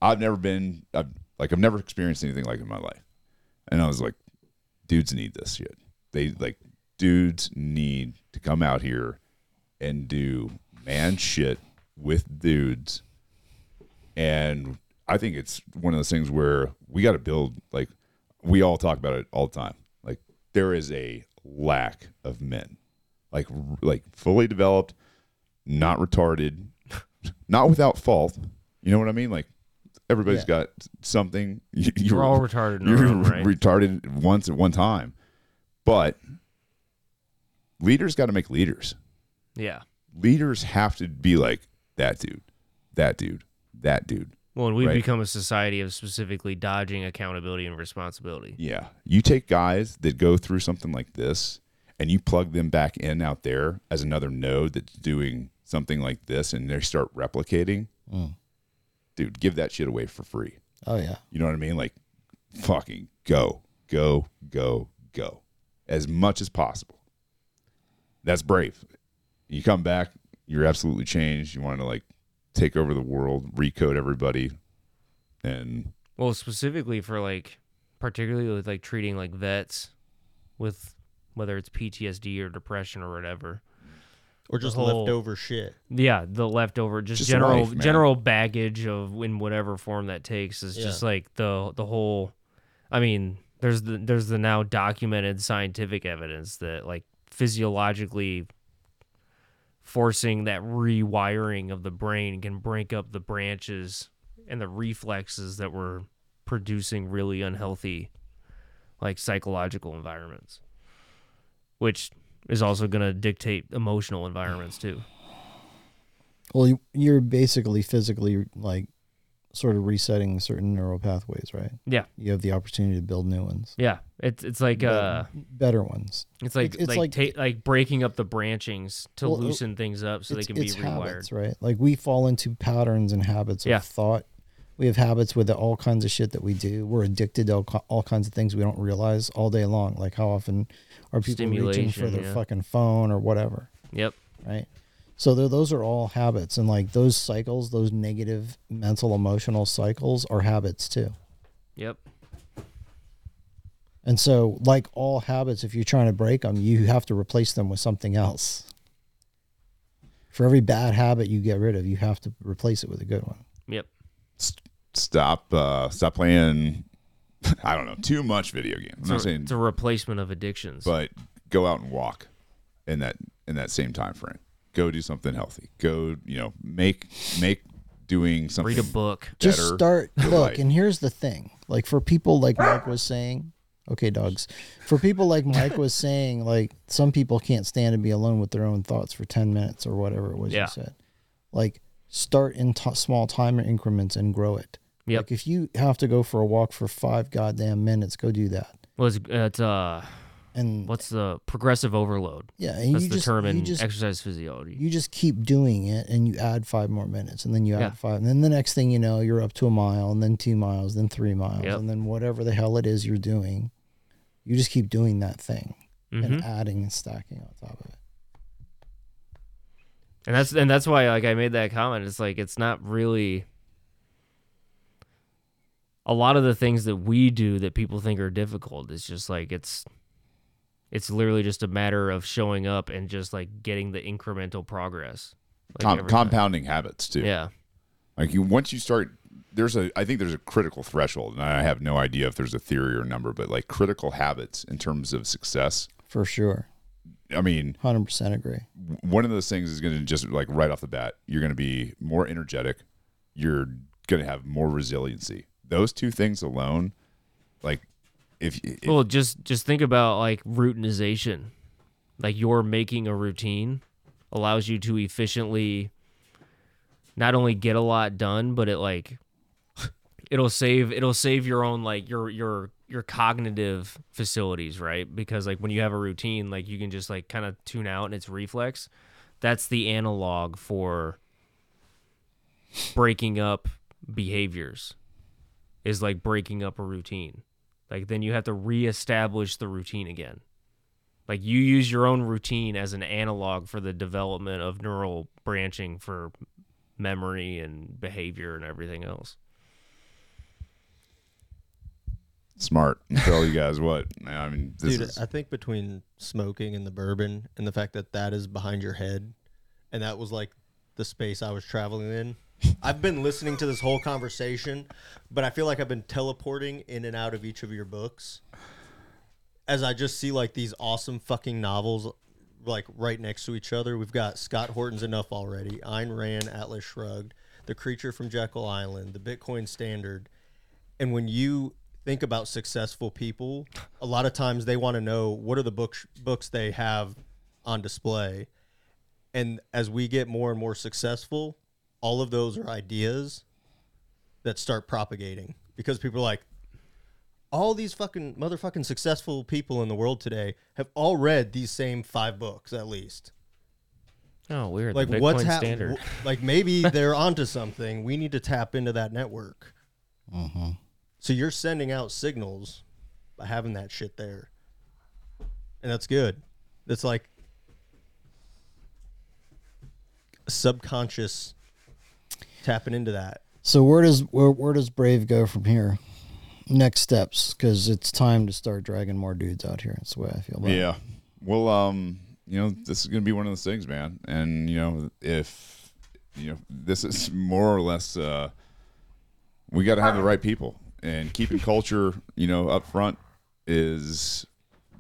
C: I've never been, I've, like, I've never experienced anything like it in my life. And I was like, dudes need this shit. They like dudes need to come out here and do man shit with dudes. And I think it's one of those things where we got to build like we all talk about it all the time. Like there is a lack of men. Like r- like fully developed, not retarded, not without fault. You know what I mean? Like everybody's got something. You,
B: We're all retarded in our
C: you're
B: own right.
C: retarded once at one time. But leaders got to make leaders.
B: yeah.
C: Leaders have to be like that dude, that dude, that dude.
B: Well, and we've
C: Right.
B: become a society of specifically dodging accountability and responsibility.
C: Yeah. You take guys that go through something like this and you plug them back in out there as another node that's doing something like this and they start replicating. Dude, give that shit away for free.
E: Oh yeah.
C: You know what I mean? Like, fucking go, go, go, go as much as possible. That's brave. You come back, you're absolutely changed. You want to like take over the world, recode everybody, and
B: Well, specifically for like, particularly with like treating like vets with whether it's PTSD or depression or whatever.
A: Or just
B: whole-
A: leftover shit.
B: Yeah, the leftover, just,
C: Just
B: general
C: life, man.
B: general baggage of in whatever form that takes is just
A: Yeah.
B: like the the whole. I mean, there's the there's the now documented scientific evidence that like physiologically forcing that rewiring of the brain can break up the branches and the reflexes that were producing really unhealthy like psychological environments which is also going to dictate emotional environments too
E: Well, you- you're basically physically like sort of resetting certain neural pathways, right?
B: Yeah.
E: You have the opportunity to build new ones,
B: Yeah. It's it's like uh
E: better ones.
B: it's like
E: it's- it's
B: like
E: like-
B: ta- like breaking up the branchings to
E: Well, it-
B: loosen things up so they
E: it's,
B: can be
E: it's
B: rewired.
E: habits, right? Like we fall into patterns and habits of
B: Yeah.
E: thought. We have habits with all kinds of shit that we do. We're addicted to all, ki- all kinds of things we don't realize all day long. Like how often are people reaching for
B: Stimulation,
E: their
B: yeah.
E: fucking phone or whatever,
B: Yep.
E: right? So tho- those are all habits, and like those cycles, those negative mental emotional cycles are habits too.
B: Yep.
E: And so, like all habits, if you're trying to break them, you have to replace them with something else. For every bad habit you get rid of, you have to replace it with a good one.
B: Yep.
C: S- stop uh stop playing I don't know, too much video game. I'm
B: It's,
C: not
B: a,
C: saying
B: it's a replacement of addictions.
C: but go out and walk in that in that same time frame. Go do something healthy. Go, you know, make make doing something
B: Read a book.
E: Just
C: better
E: start.
C: your
E: Look,
C: life.
E: and here's the thing: like for people like Mike was saying, okay, dogs. For people like Mike was saying, like some people can't stand to be alone with their own thoughts for ten minutes or whatever it was
B: Yeah.
E: you said. Like start in t- small time increments and grow it.
B: Yep.
E: Like if you have to go for a walk for five goddamn minutes, go do that.
B: Was it's uh
E: And
B: what's the progressive overload?
E: Yeah, and
B: That's
E: you
B: the
E: just,
B: term
E: you
B: in
E: just
B: exercise physiology.
E: you just keep doing it, and you add five more minutes, and then you add
B: Yeah.
E: five, and then the next thing you know, you're up to a mile, and then two miles, then three miles,
B: Yep.
E: and then whatever the hell it is you're doing, you just keep doing that thing
B: Mhm.
E: and adding and stacking on top of it.
B: And that's and that's why like I made that comment. It's like it's not really a lot of the things that we do that people think are difficult. It's just like it's it's literally just a matter of showing up and just like getting the incremental progress. Like,
C: com-
B: every time.
C: compounding habits too.
B: Yeah.
C: Like you once you start there's a I think there's a critical threshold and I have no idea if there's a theory or number, but like critical habits in terms of success.
E: For sure,
C: I mean,
E: hundred percent agree.
C: one of those things is going to just like right off the bat, you're going to be more energetic. You're going to have more resiliency. Those two things alone, like if, if
B: well, just just think about like routinization. Like you're making a routine allows you to efficiently not only get a lot done, but it like it'll save it'll save your own like your your your cognitive facilities, right? Because like when you have a routine, like you can just like kind of tune out and it's reflex. That's the analog for breaking up behaviors is like breaking up a routine. Like then you have to reestablish the routine again. Like you use your own routine as an analog for the development of neural branching for memory and behavior and everything else.
C: smart, I'll tell you guys what I mean. This
A: Dude,
C: is
A: I think between smoking and the bourbon and the fact that that is behind your head and that was like the space I was traveling in. I've been listening to this whole conversation, but I feel like I've been teleporting in and out of each of your books as I just see like these awesome fucking novels like right next to each other. We've got Scott Horton's Enough Already, Ayn Rand, Atlas Shrugged, The Creature from Jekyll Island, The Bitcoin Standard. And when you think about successful people, a lot of times they want to know what are the books books they have on display. And as we get more and more successful, all of those are ideas that start propagating because people are like all these fucking motherfucking successful people in the world today have all read these same five books at least.
B: Oh, weird.
A: Like
B: the Bitcoin
A: what's happening?
B: standard.
A: like maybe they're onto something. We need to tap into that network. So you're sending out signals by having that shit there. And that's good. It's like subconscious tapping into that.
E: So where does where, where does Brave go from here? Next steps, because it's time to start dragging more dudes out here. That's the way I feel. About it.
C: yeah. Well, um, you know, this is going to be one of those things, man. And you know, if you know, this is more or less, uh, we got to have the right people and keeping culture, you know, up front is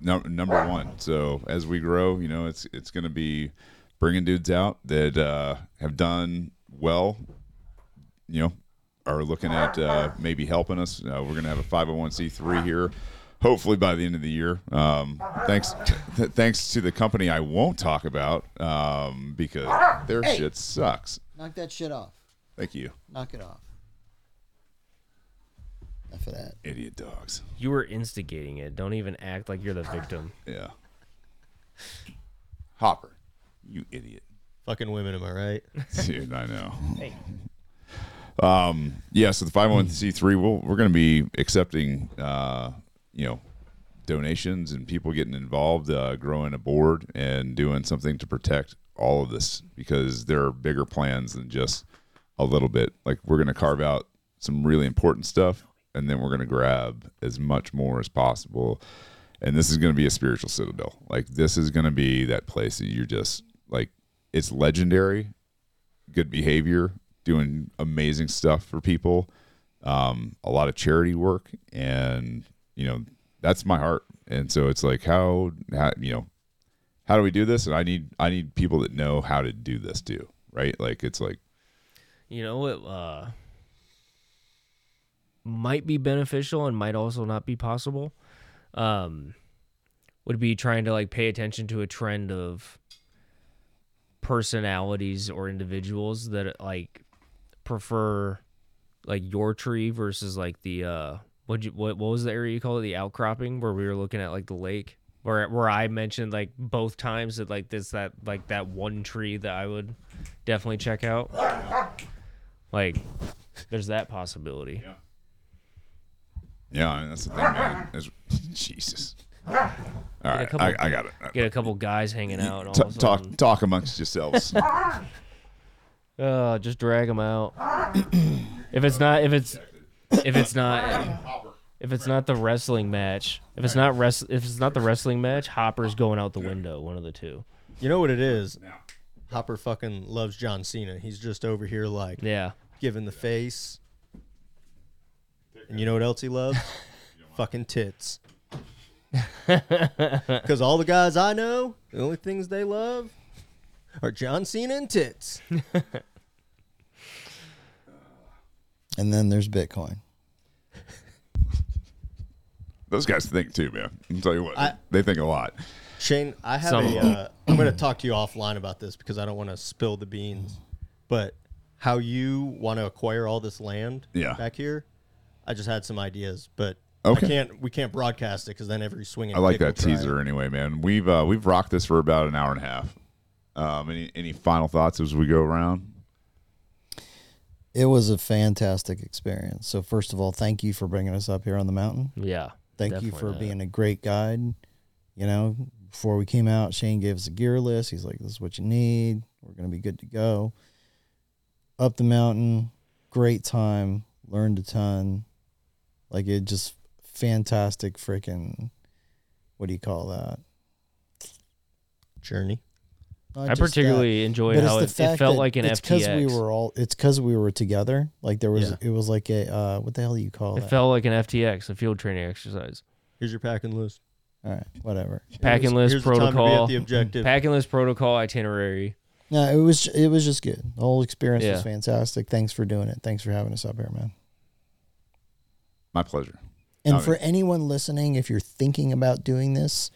C: num- number one. So as we grow, you know, it's it's going to be bringing dudes out that uh, have done well, you know, are looking at uh, maybe helping us. Uh, we're going to have a 501c3 here, hopefully by the end of the year. Um, thanks, th- thanks to the company I won't talk about um, because their shit sucks.
E: Knock that shit off.
C: Thank you.
E: Knock it off. Enough of that.
C: Idiot dogs.
B: You were instigating it. Don't even act like you're the victim.
C: Yeah. Hopper, you idiot.
A: Fucking women, am I right?
C: Dude, I know. Um, yeah, so the 501c3, we'll, we're going to be accepting, uh, you know, donations and people getting involved, uh, growing a board and doing something to protect all of this because there are bigger plans than just a little bit. Like, we're going to carve out some really important stuff and then we're going to grab as much more as possible. And this is going to be a spiritual citadel. Like, this is going to be that place that you're just like, it's legendary good behavior, doing amazing stuff for people, um, a lot of charity work, and you know that's my heart. And so it's like how, how you know how do we do this? And I need I need people that know how to do this too, right? Like it's like
B: You know what? Uh, might be beneficial and might also not be possible. Um, would be trying to like pay attention to a trend of personalities or individuals that like prefer like your tree versus like the uh what you what what was the area you call it the outcropping where we were looking at like the lake where where I mentioned like both times that like this that like that one tree that I would definitely check out like there's that possibility
C: yeah, I mean, that's the thing, man. It's, Jesus. All right,
B: couple-
C: I, I got it.
B: get a couple guys hanging out and all
C: T-
B: of a sudden-
C: talk talk amongst yourselves.
B: Uh, just drag them out. if it's not, if it's, if it's not, if it's not the wrestling match, if it's not rest, if it's not the wrestling match, Hopper's going out the window. One of the two.
A: You know what it is? Hopper fucking loves John Cena. He's just over here like
B: Yeah,
A: giving the face. And you know what else he loves? fucking tits. Because all the guys I know, the only things they love are John Cena and tits.
E: And then there's Bitcoin.
C: Those guys think too, man. I'll tell you what,
A: I-
C: they think a lot.
A: Shane, I have
B: Some of
A: a.
B: them.
A: Uh, I'm going to talk to you offline about this because I don't want to spill the beans. But how you want to acquire all this land
C: Yeah.
A: back here? I just had some ideas, but
C: Okay.
A: I can't. We can't broadcast it because then every swinging.
C: I like
A: dick will
C: that
A: try it.
C: teaser anyway, man. We've uh, we've rocked this for about an hour and a half. Um, any any final thoughts as we go around?
E: It was a fantastic experience. So first of all, thank you for bringing us up here on the mountain.
B: yeah.
E: Thank you
B: definitely
E: for
B: not.
E: being a great guide. You know, before we came out, Shane gave us a gear list. He's like, "This is what you need. We're gonna be good to go." Up the mountain, great time. Learned a ton. Like it just fantastic freaking. What do you call that?
A: journey.
E: Not
B: I
E: just that,
B: particularly enjoyed
E: but
B: how
E: it's
B: it,
E: the
B: it
E: fact
B: felt
E: that
B: like an
E: it's
B: FTX.
E: we were all. It's because we were together. Like there was.
A: Yeah.
E: It was like a. Uh, what the hell do you call
B: it
E: that?
B: felt like an FTX, a field training exercise.
A: Here's your packing list.
E: all right. Whatever.
B: Packing list
A: here's The, time to be
B: protocol.
A: at the objective.
B: Packing list protocol itinerary.
E: No, it was it was just good. The whole experience
B: Yeah.
E: was fantastic. Thanks for doing it. Thanks for having us up here, man.
C: My pleasure.
E: And
C: Okay.
E: for anyone listening, if you're thinking about doing this,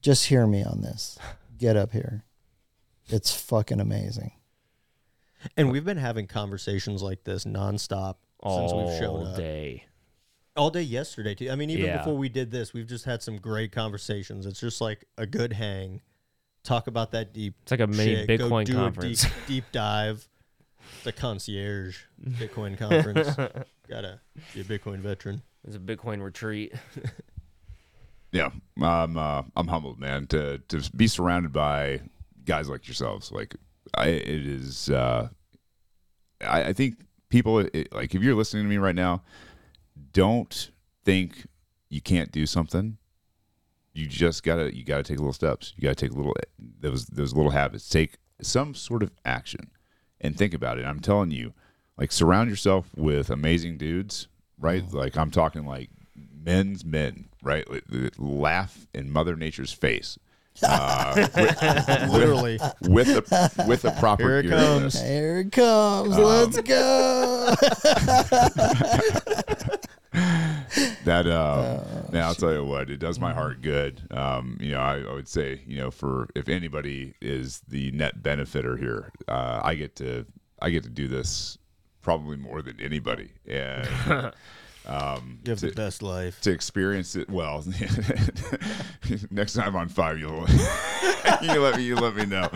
E: just hear me on this. Get up here. It's fucking amazing.
A: and we've been having conversations like this nonstop since
B: All
A: we've shown up.
B: day.
A: All day yesterday too. I mean, even
B: Yeah.
A: before we did this, we've just had some great conversations. It's just like a good hang. Talk about that deep.
B: It's like a mini
A: shit. Go
B: Bitcoin
A: do
B: conference.
A: A deep, deep dive. The concierge Bitcoin conference. Gotta be a Bitcoin veteran.
B: It's a Bitcoin retreat.
C: Yeah, I'm uh, I'm humbled, man, to to be surrounded by guys like yourselves. Like, I it is. Uh, I, I think people it, like if you're listening to me right now, don't think you can't do something. You just gotta you gotta take little steps. You gotta take little those those little habits. Take some sort of action, and think about it. I'm telling you, like surround yourself with amazing dudes, right? Like I'm talking like men's men, right? Like, th- Laugh in Mother Nature's face. Uh, with,
A: Literally.
C: with a with a proper
A: Here it
C: gear
A: comes.
C: list.
E: Here it comes. Let's go.
C: that uh,
A: Oh,
C: now I'll tell you what, it does my
A: Mm.
C: heart good. Um, you know, I, I would say, you know, for if anybody is the net benefiter here, uh, I get to I get to do this probably more than anybody. And
A: You have the best life.
C: to experience it well next time on fire you'll you let me you let me know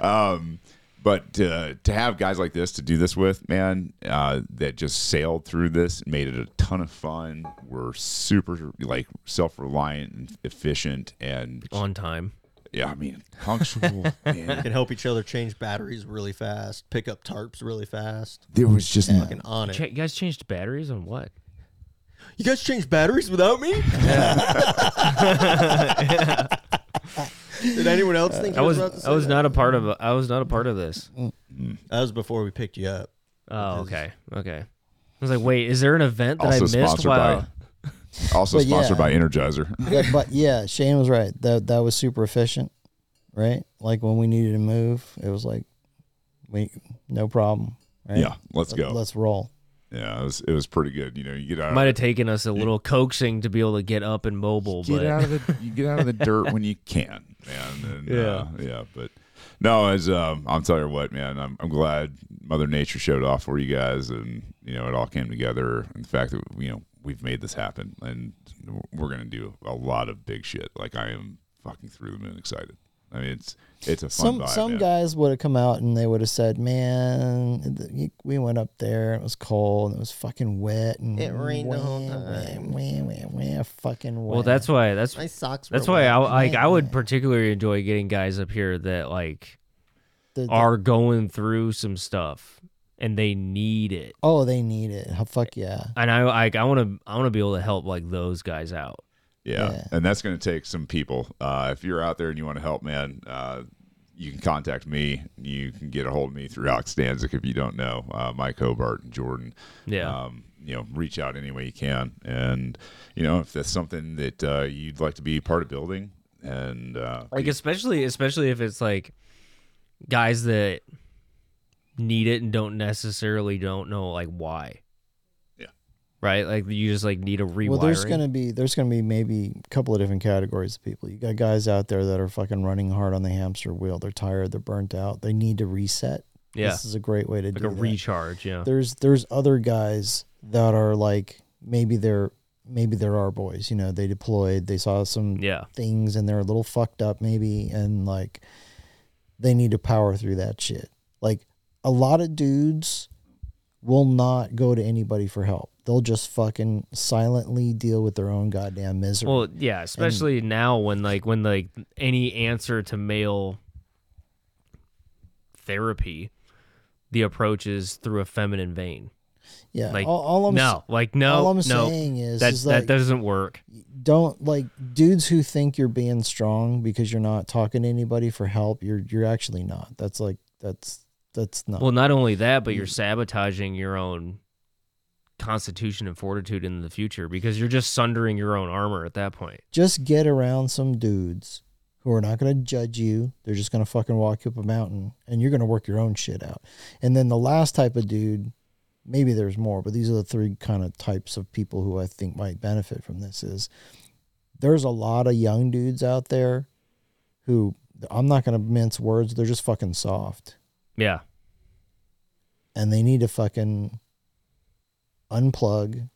C: um but uh, to have guys like this to do this with man uh, that just sailed through this made it a ton of fun were super like self-reliant and efficient and
B: on time.
C: yeah i mean punctual man
A: Can help each other change batteries really fast, pick up tarps really fast.
C: there was just
A: Fucking on it.
B: Cha- you guys changed batteries on what?
A: You guys change batteries without me? Did anyone else think
B: I
A: you
B: was
A: about to say
B: I was
A: that?
B: not a part of I was not a part of this.
A: That was before we picked you up.
B: Oh, okay, okay. I was like, wait, is there an event that I
C: also
B: missed
C: sponsored
B: while?
C: by also
E: But yeah.
C: sponsored by energizer
E: Yeah, but yeah, Shane was right. That that was super efficient, right? Like when we needed to move, it was like, we no problem. Right?
C: yeah let's
E: Let-
C: go
E: Let's roll.
C: yeah it was, it was pretty good you know you get out
B: Might have taken us a little coaxing to be able to get up and mobile,
C: get
B: but
C: out of the you get out of the dirt when you can, man. And, yeah, uh, yeah. But no, as um, I'm telling you what, man, I'm, I'm glad Mother Nature showed off for you guys, and you know it all came together. And the fact that you know we've made this happen, and we're gonna do a lot of big shit. Like I am fucking through the moon excited. I mean, it's it's a fun
E: some
C: vibe,
E: some
C: man.
E: guys would have come out and they would have said, "Man, th- we went up there. It was cold. And it was fucking wet. And
A: It rained the whole
E: wah,
A: time.
E: Wah, wah, wah, fucking wet.
B: well, that's why that's
A: My socks.
B: that's
A: were
B: why I
A: wet.
B: like I would particularly enjoy getting guys up here that like
E: The- the-
B: are going through some stuff and they need it.
E: oh, they need it. Huh, Fuck yeah.
B: And I like I want to I want to be able to help like those guys out.
C: Yeah.
E: Yeah.
C: And that's going to take some people. Uh, if you're out there and you want to help, man, uh, you can contact me. You can get a hold of me through Alex Danzik if you don't know, uh, Mike Hobart and Jordan.
B: Yeah.
C: Um, you know, reach out any way you can. And, you know, if that's something that uh, you'd like to be part of building and uh,
B: like especially especially if it's like guys that need it and don't necessarily don't know like why
C: Yeah.
B: right like you just like need a rewiring
E: Well, there's gonna be there's gonna be maybe a couple of different categories of people. You got guys out there that are fucking running hard on the hamster wheel. They're tired. They're burnt out. They need to reset.
B: yeah
E: This is a great way to
B: like
E: do
B: a
E: that.
B: recharge yeah
E: There's there's other guys that are like maybe they're maybe they're our boys. You know, they deployed. They saw some
B: yeah
E: things and they're a little fucked up maybe and like they need to power through that shit. Like a lot of dudes will not go to anybody for help. They'll just fucking silently deal with their own goddamn misery.
B: well yeah especially now when like when like any answer to male therapy the approach is through a feminine vein
E: yeah.
B: like
E: all, all I'm s-
B: no like no
E: all I'm
B: no
E: saying is,
B: that,
E: is
B: that
E: like,
B: doesn't work
E: don't like dudes who think you're being strong because you're not talking to anybody for help. You're you're actually not. That's like that's that's not.
B: Well, not only that, but you're sabotaging your own constitution and fortitude in the future because you're just sundering your own armor at that point.
E: just get around some dudes who are not going to judge you. They're just going to fucking walk you up a mountain and you're going to work your own shit out. And then the last type of dude, maybe there's more, but these are the three kind of types of people who I think might benefit from this is there's a lot of young dudes out there who I'm not going to mince words. They're just fucking soft
B: Yeah.
E: and they need to fucking unplug,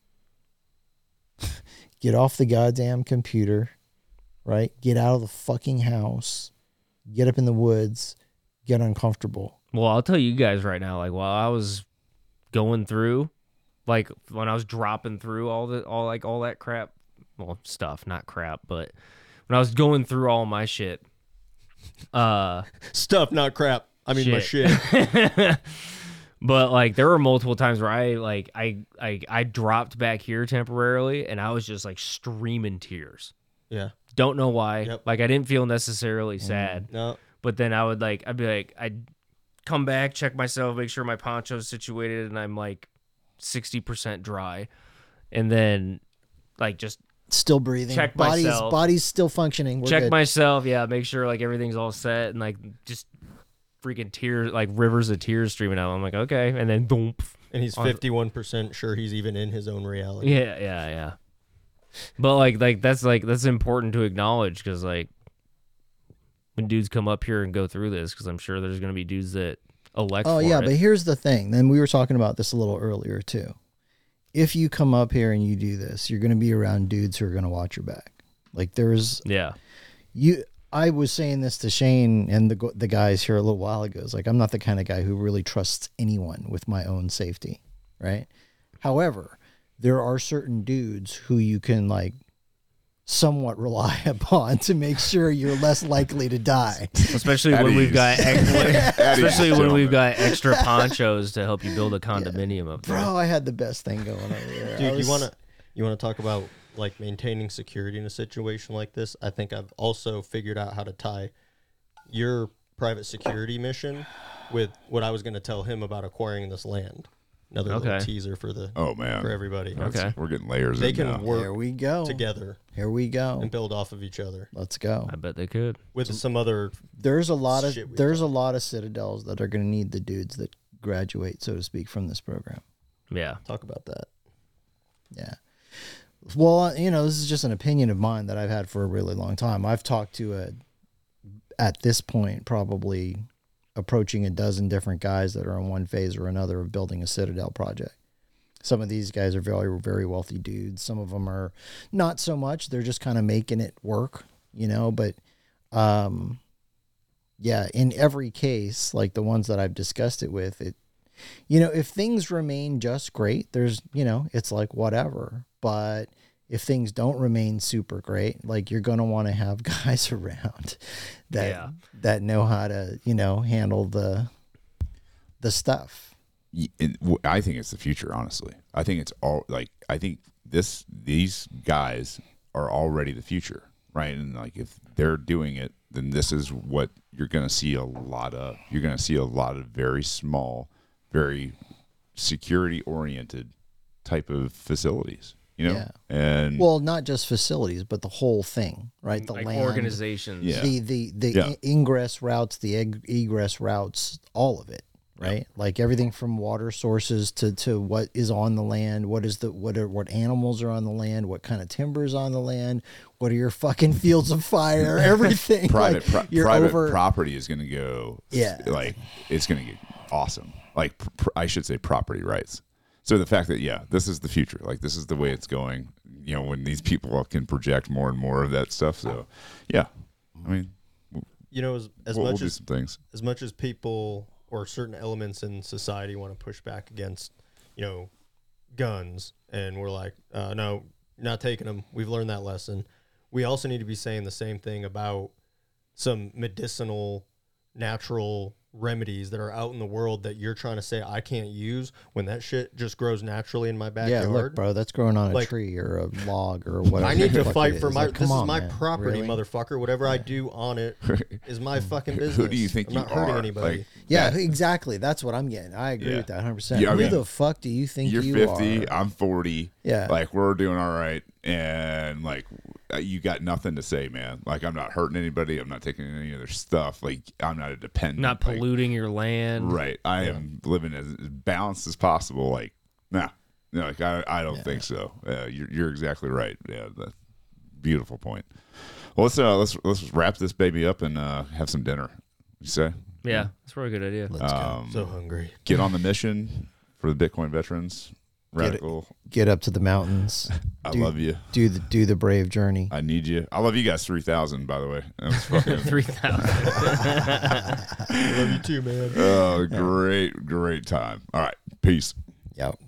E: get off the goddamn computer, right? Get out of the fucking house, get up in the woods, get uncomfortable.
B: Well, I'll tell you guys right now, like while I was going through, like when I was dropping through all the all like all that crap, well, stuff, not crap, but when I was going through all my shit, uh
A: stuff, not crap. I mean, my
B: Shit.
A: shit.
B: but like there were multiple times where I like I I I dropped back here temporarily and I was just like streaming tears.
A: yeah.
B: Don't know why.
A: Yep.
B: Like I didn't feel necessarily
E: Mm-hmm.
B: sad,
A: No.
B: but then I would like I'd be like I'd come back, check myself, make sure my poncho's situated, and I'm like sixty percent dry, and then like just
E: Still breathing.
B: Check
E: body's,
B: myself.
E: Body's still functioning. We're
B: check
E: good.
B: myself, yeah, make sure like everything's all set, and like just freaking tears, like rivers of tears streaming out. I'm like okay, and then boom.
A: And he's
B: On-
A: fifty-one percent sure he's even in his own reality.
B: Yeah, yeah, yeah. But like, like that's like that's important to acknowledge because like when dudes come up here and go through this, because I'm sure there's gonna be dudes that elect.
E: Oh
B: for
E: yeah,
B: it.
E: but here's the thing. Then we were talking about this a little earlier too. If you come up here and you do this, you're going to be around dudes who are going to watch your back. Like there's
B: yeah,
E: you. I was saying this to Shane and the gu- the guys here a little while ago. It's like I'm not the kind of guy who really trusts anyone with my own safety, right? However, there are certain dudes who you can like somewhat rely upon to make sure you're less likely to die.
B: especially when
C: At
B: we've
C: ease.
B: got ex-
C: At ease,
B: especially when
C: gentlemen.
B: we've got extra ponchos to help you build a condominium up there.
E: Bro, I had the best thing going over there. I
A: dude
E: was-
A: you want to you want to talk about like maintaining security in a situation like this i think i've also figured out how to tie your private security mission with what i was going to tell him about acquiring this land another
B: Okay.
A: little teaser for the
C: Oh
A: for
C: man,
A: everybody
B: Okay.
C: we're getting layers.
A: they
C: in
A: can
C: now.
E: Here
A: work
E: we go.
A: together
E: Here we go.
A: and build off of each other
E: Let's go.
B: I bet they could.
A: with some other
E: There's a lot of
A: Shit, we
E: there's a lot of citadels that are going to need the dudes that graduate, so to speak, from this program.
B: Yeah,
A: talk about that
E: Yeah. Well, uh, you know, this is just an opinion of mine that I've had for a really long time. I've talked to a, at this point, probably approaching a dozen different guys that are in one phase or another of building a citadel project. Some of these guys are very, very wealthy dudes. Some of them are not so much. They're just kind of making it work, you know. But, um, yeah, in every case, like the ones that I've discussed it with, it you know, if things remain just great, there's, you know, it's like whatever. But if things don't remain super great, like you're going to want to have guys around that
B: Yeah.
E: that know how to, you know, handle the the stuff.
C: Y- and w- I think it's the future. Honestly, I think it's all like I think this these guys are already the future, right? And like if they're doing it, then this is what you're going to see a lot of. You're going to see a lot of very small, very security oriented type of facilities. You know,
E: Yeah.
C: and
E: Well, not just facilities, but the whole thing, right?
A: Mm,
E: The
B: like
E: land,
B: organizations.
C: Yeah.
E: the the the
C: Yeah.
E: i- ingress routes, the eg- egress routes, all of it, right? Like everything from water sources to to what is on the land, what is the what are what animals are on the land, what kind of timber is on the land, what are your fucking fields of fire, everything.
C: private
E: like,
C: pro- private property is going to go
E: Yeah.
C: like it's going to get awesome like pr- pr- i should say property rights so the fact that yeah this is the future like this is the way it's going you know when these people can project more and more of that stuff so yeah i mean
A: you know as, as
C: we'll, we'll
A: much
C: do
A: as
C: some things
A: as much as people or certain elements in society want to push back against, you know, guns, and we're like, uh, no, not taking them. We've learned that lesson. We also need to be saying the same thing about some medicinal, natural remedies that are out in the world that you're trying to say I can't use when that shit just grows naturally in my
E: Yeah,
A: backyard.
E: look, bro, that's growing on a
A: Like-
E: tree or a log or whatever.
A: I need
E: the
A: to
E: fuck
A: fight
E: it
A: for
E: is.
A: my.
E: Like,
A: this
E: come on,
A: is my
E: man.
A: property,
E: Really?
A: motherfucker. Whatever I do on it is my fucking
C: Who do
A: business.
C: you think
A: I'm not
C: you
A: hurting
C: are?
A: anybody?
C: Like,
E: Yeah,
C: that-
E: exactly. That's what I'm getting. I agree
C: Yeah.
E: with that 100. percent
C: Yeah, I
E: Who
C: mean,
E: the fuck do you think
C: you're
E: you
C: 50
E: are?
C: i'm 40
E: Yeah.
C: like we're doing all right and like uh, you got nothing to say man like i'm not hurting anybody i'm not taking any of their stuff like i'm not a dependent
B: Not
C: Like,
B: polluting your land.
C: Right. I am living as as balanced as possible. Like, nah, no, like I, I don't think so. Uh, you're, you're exactly right. Yeah, that beautiful point. Well, let's uh, let's let's wrap this baby up and uh, have some dinner. You say Um,
B: Yeah, that's probably a good idea.
E: Let's go.
A: So hungry.
C: get on the mission for the Bitcoin veterans. Radical.
E: get up to the mountains.
C: I
E: do-
C: love you.
E: Do the do the brave journey.
C: I need you. I love you guys. Three thousand, by the way. That was fucking.
B: Three thousand.
A: I love you too, man.
C: oh, great, great time. All right. Peace.
E: Yep.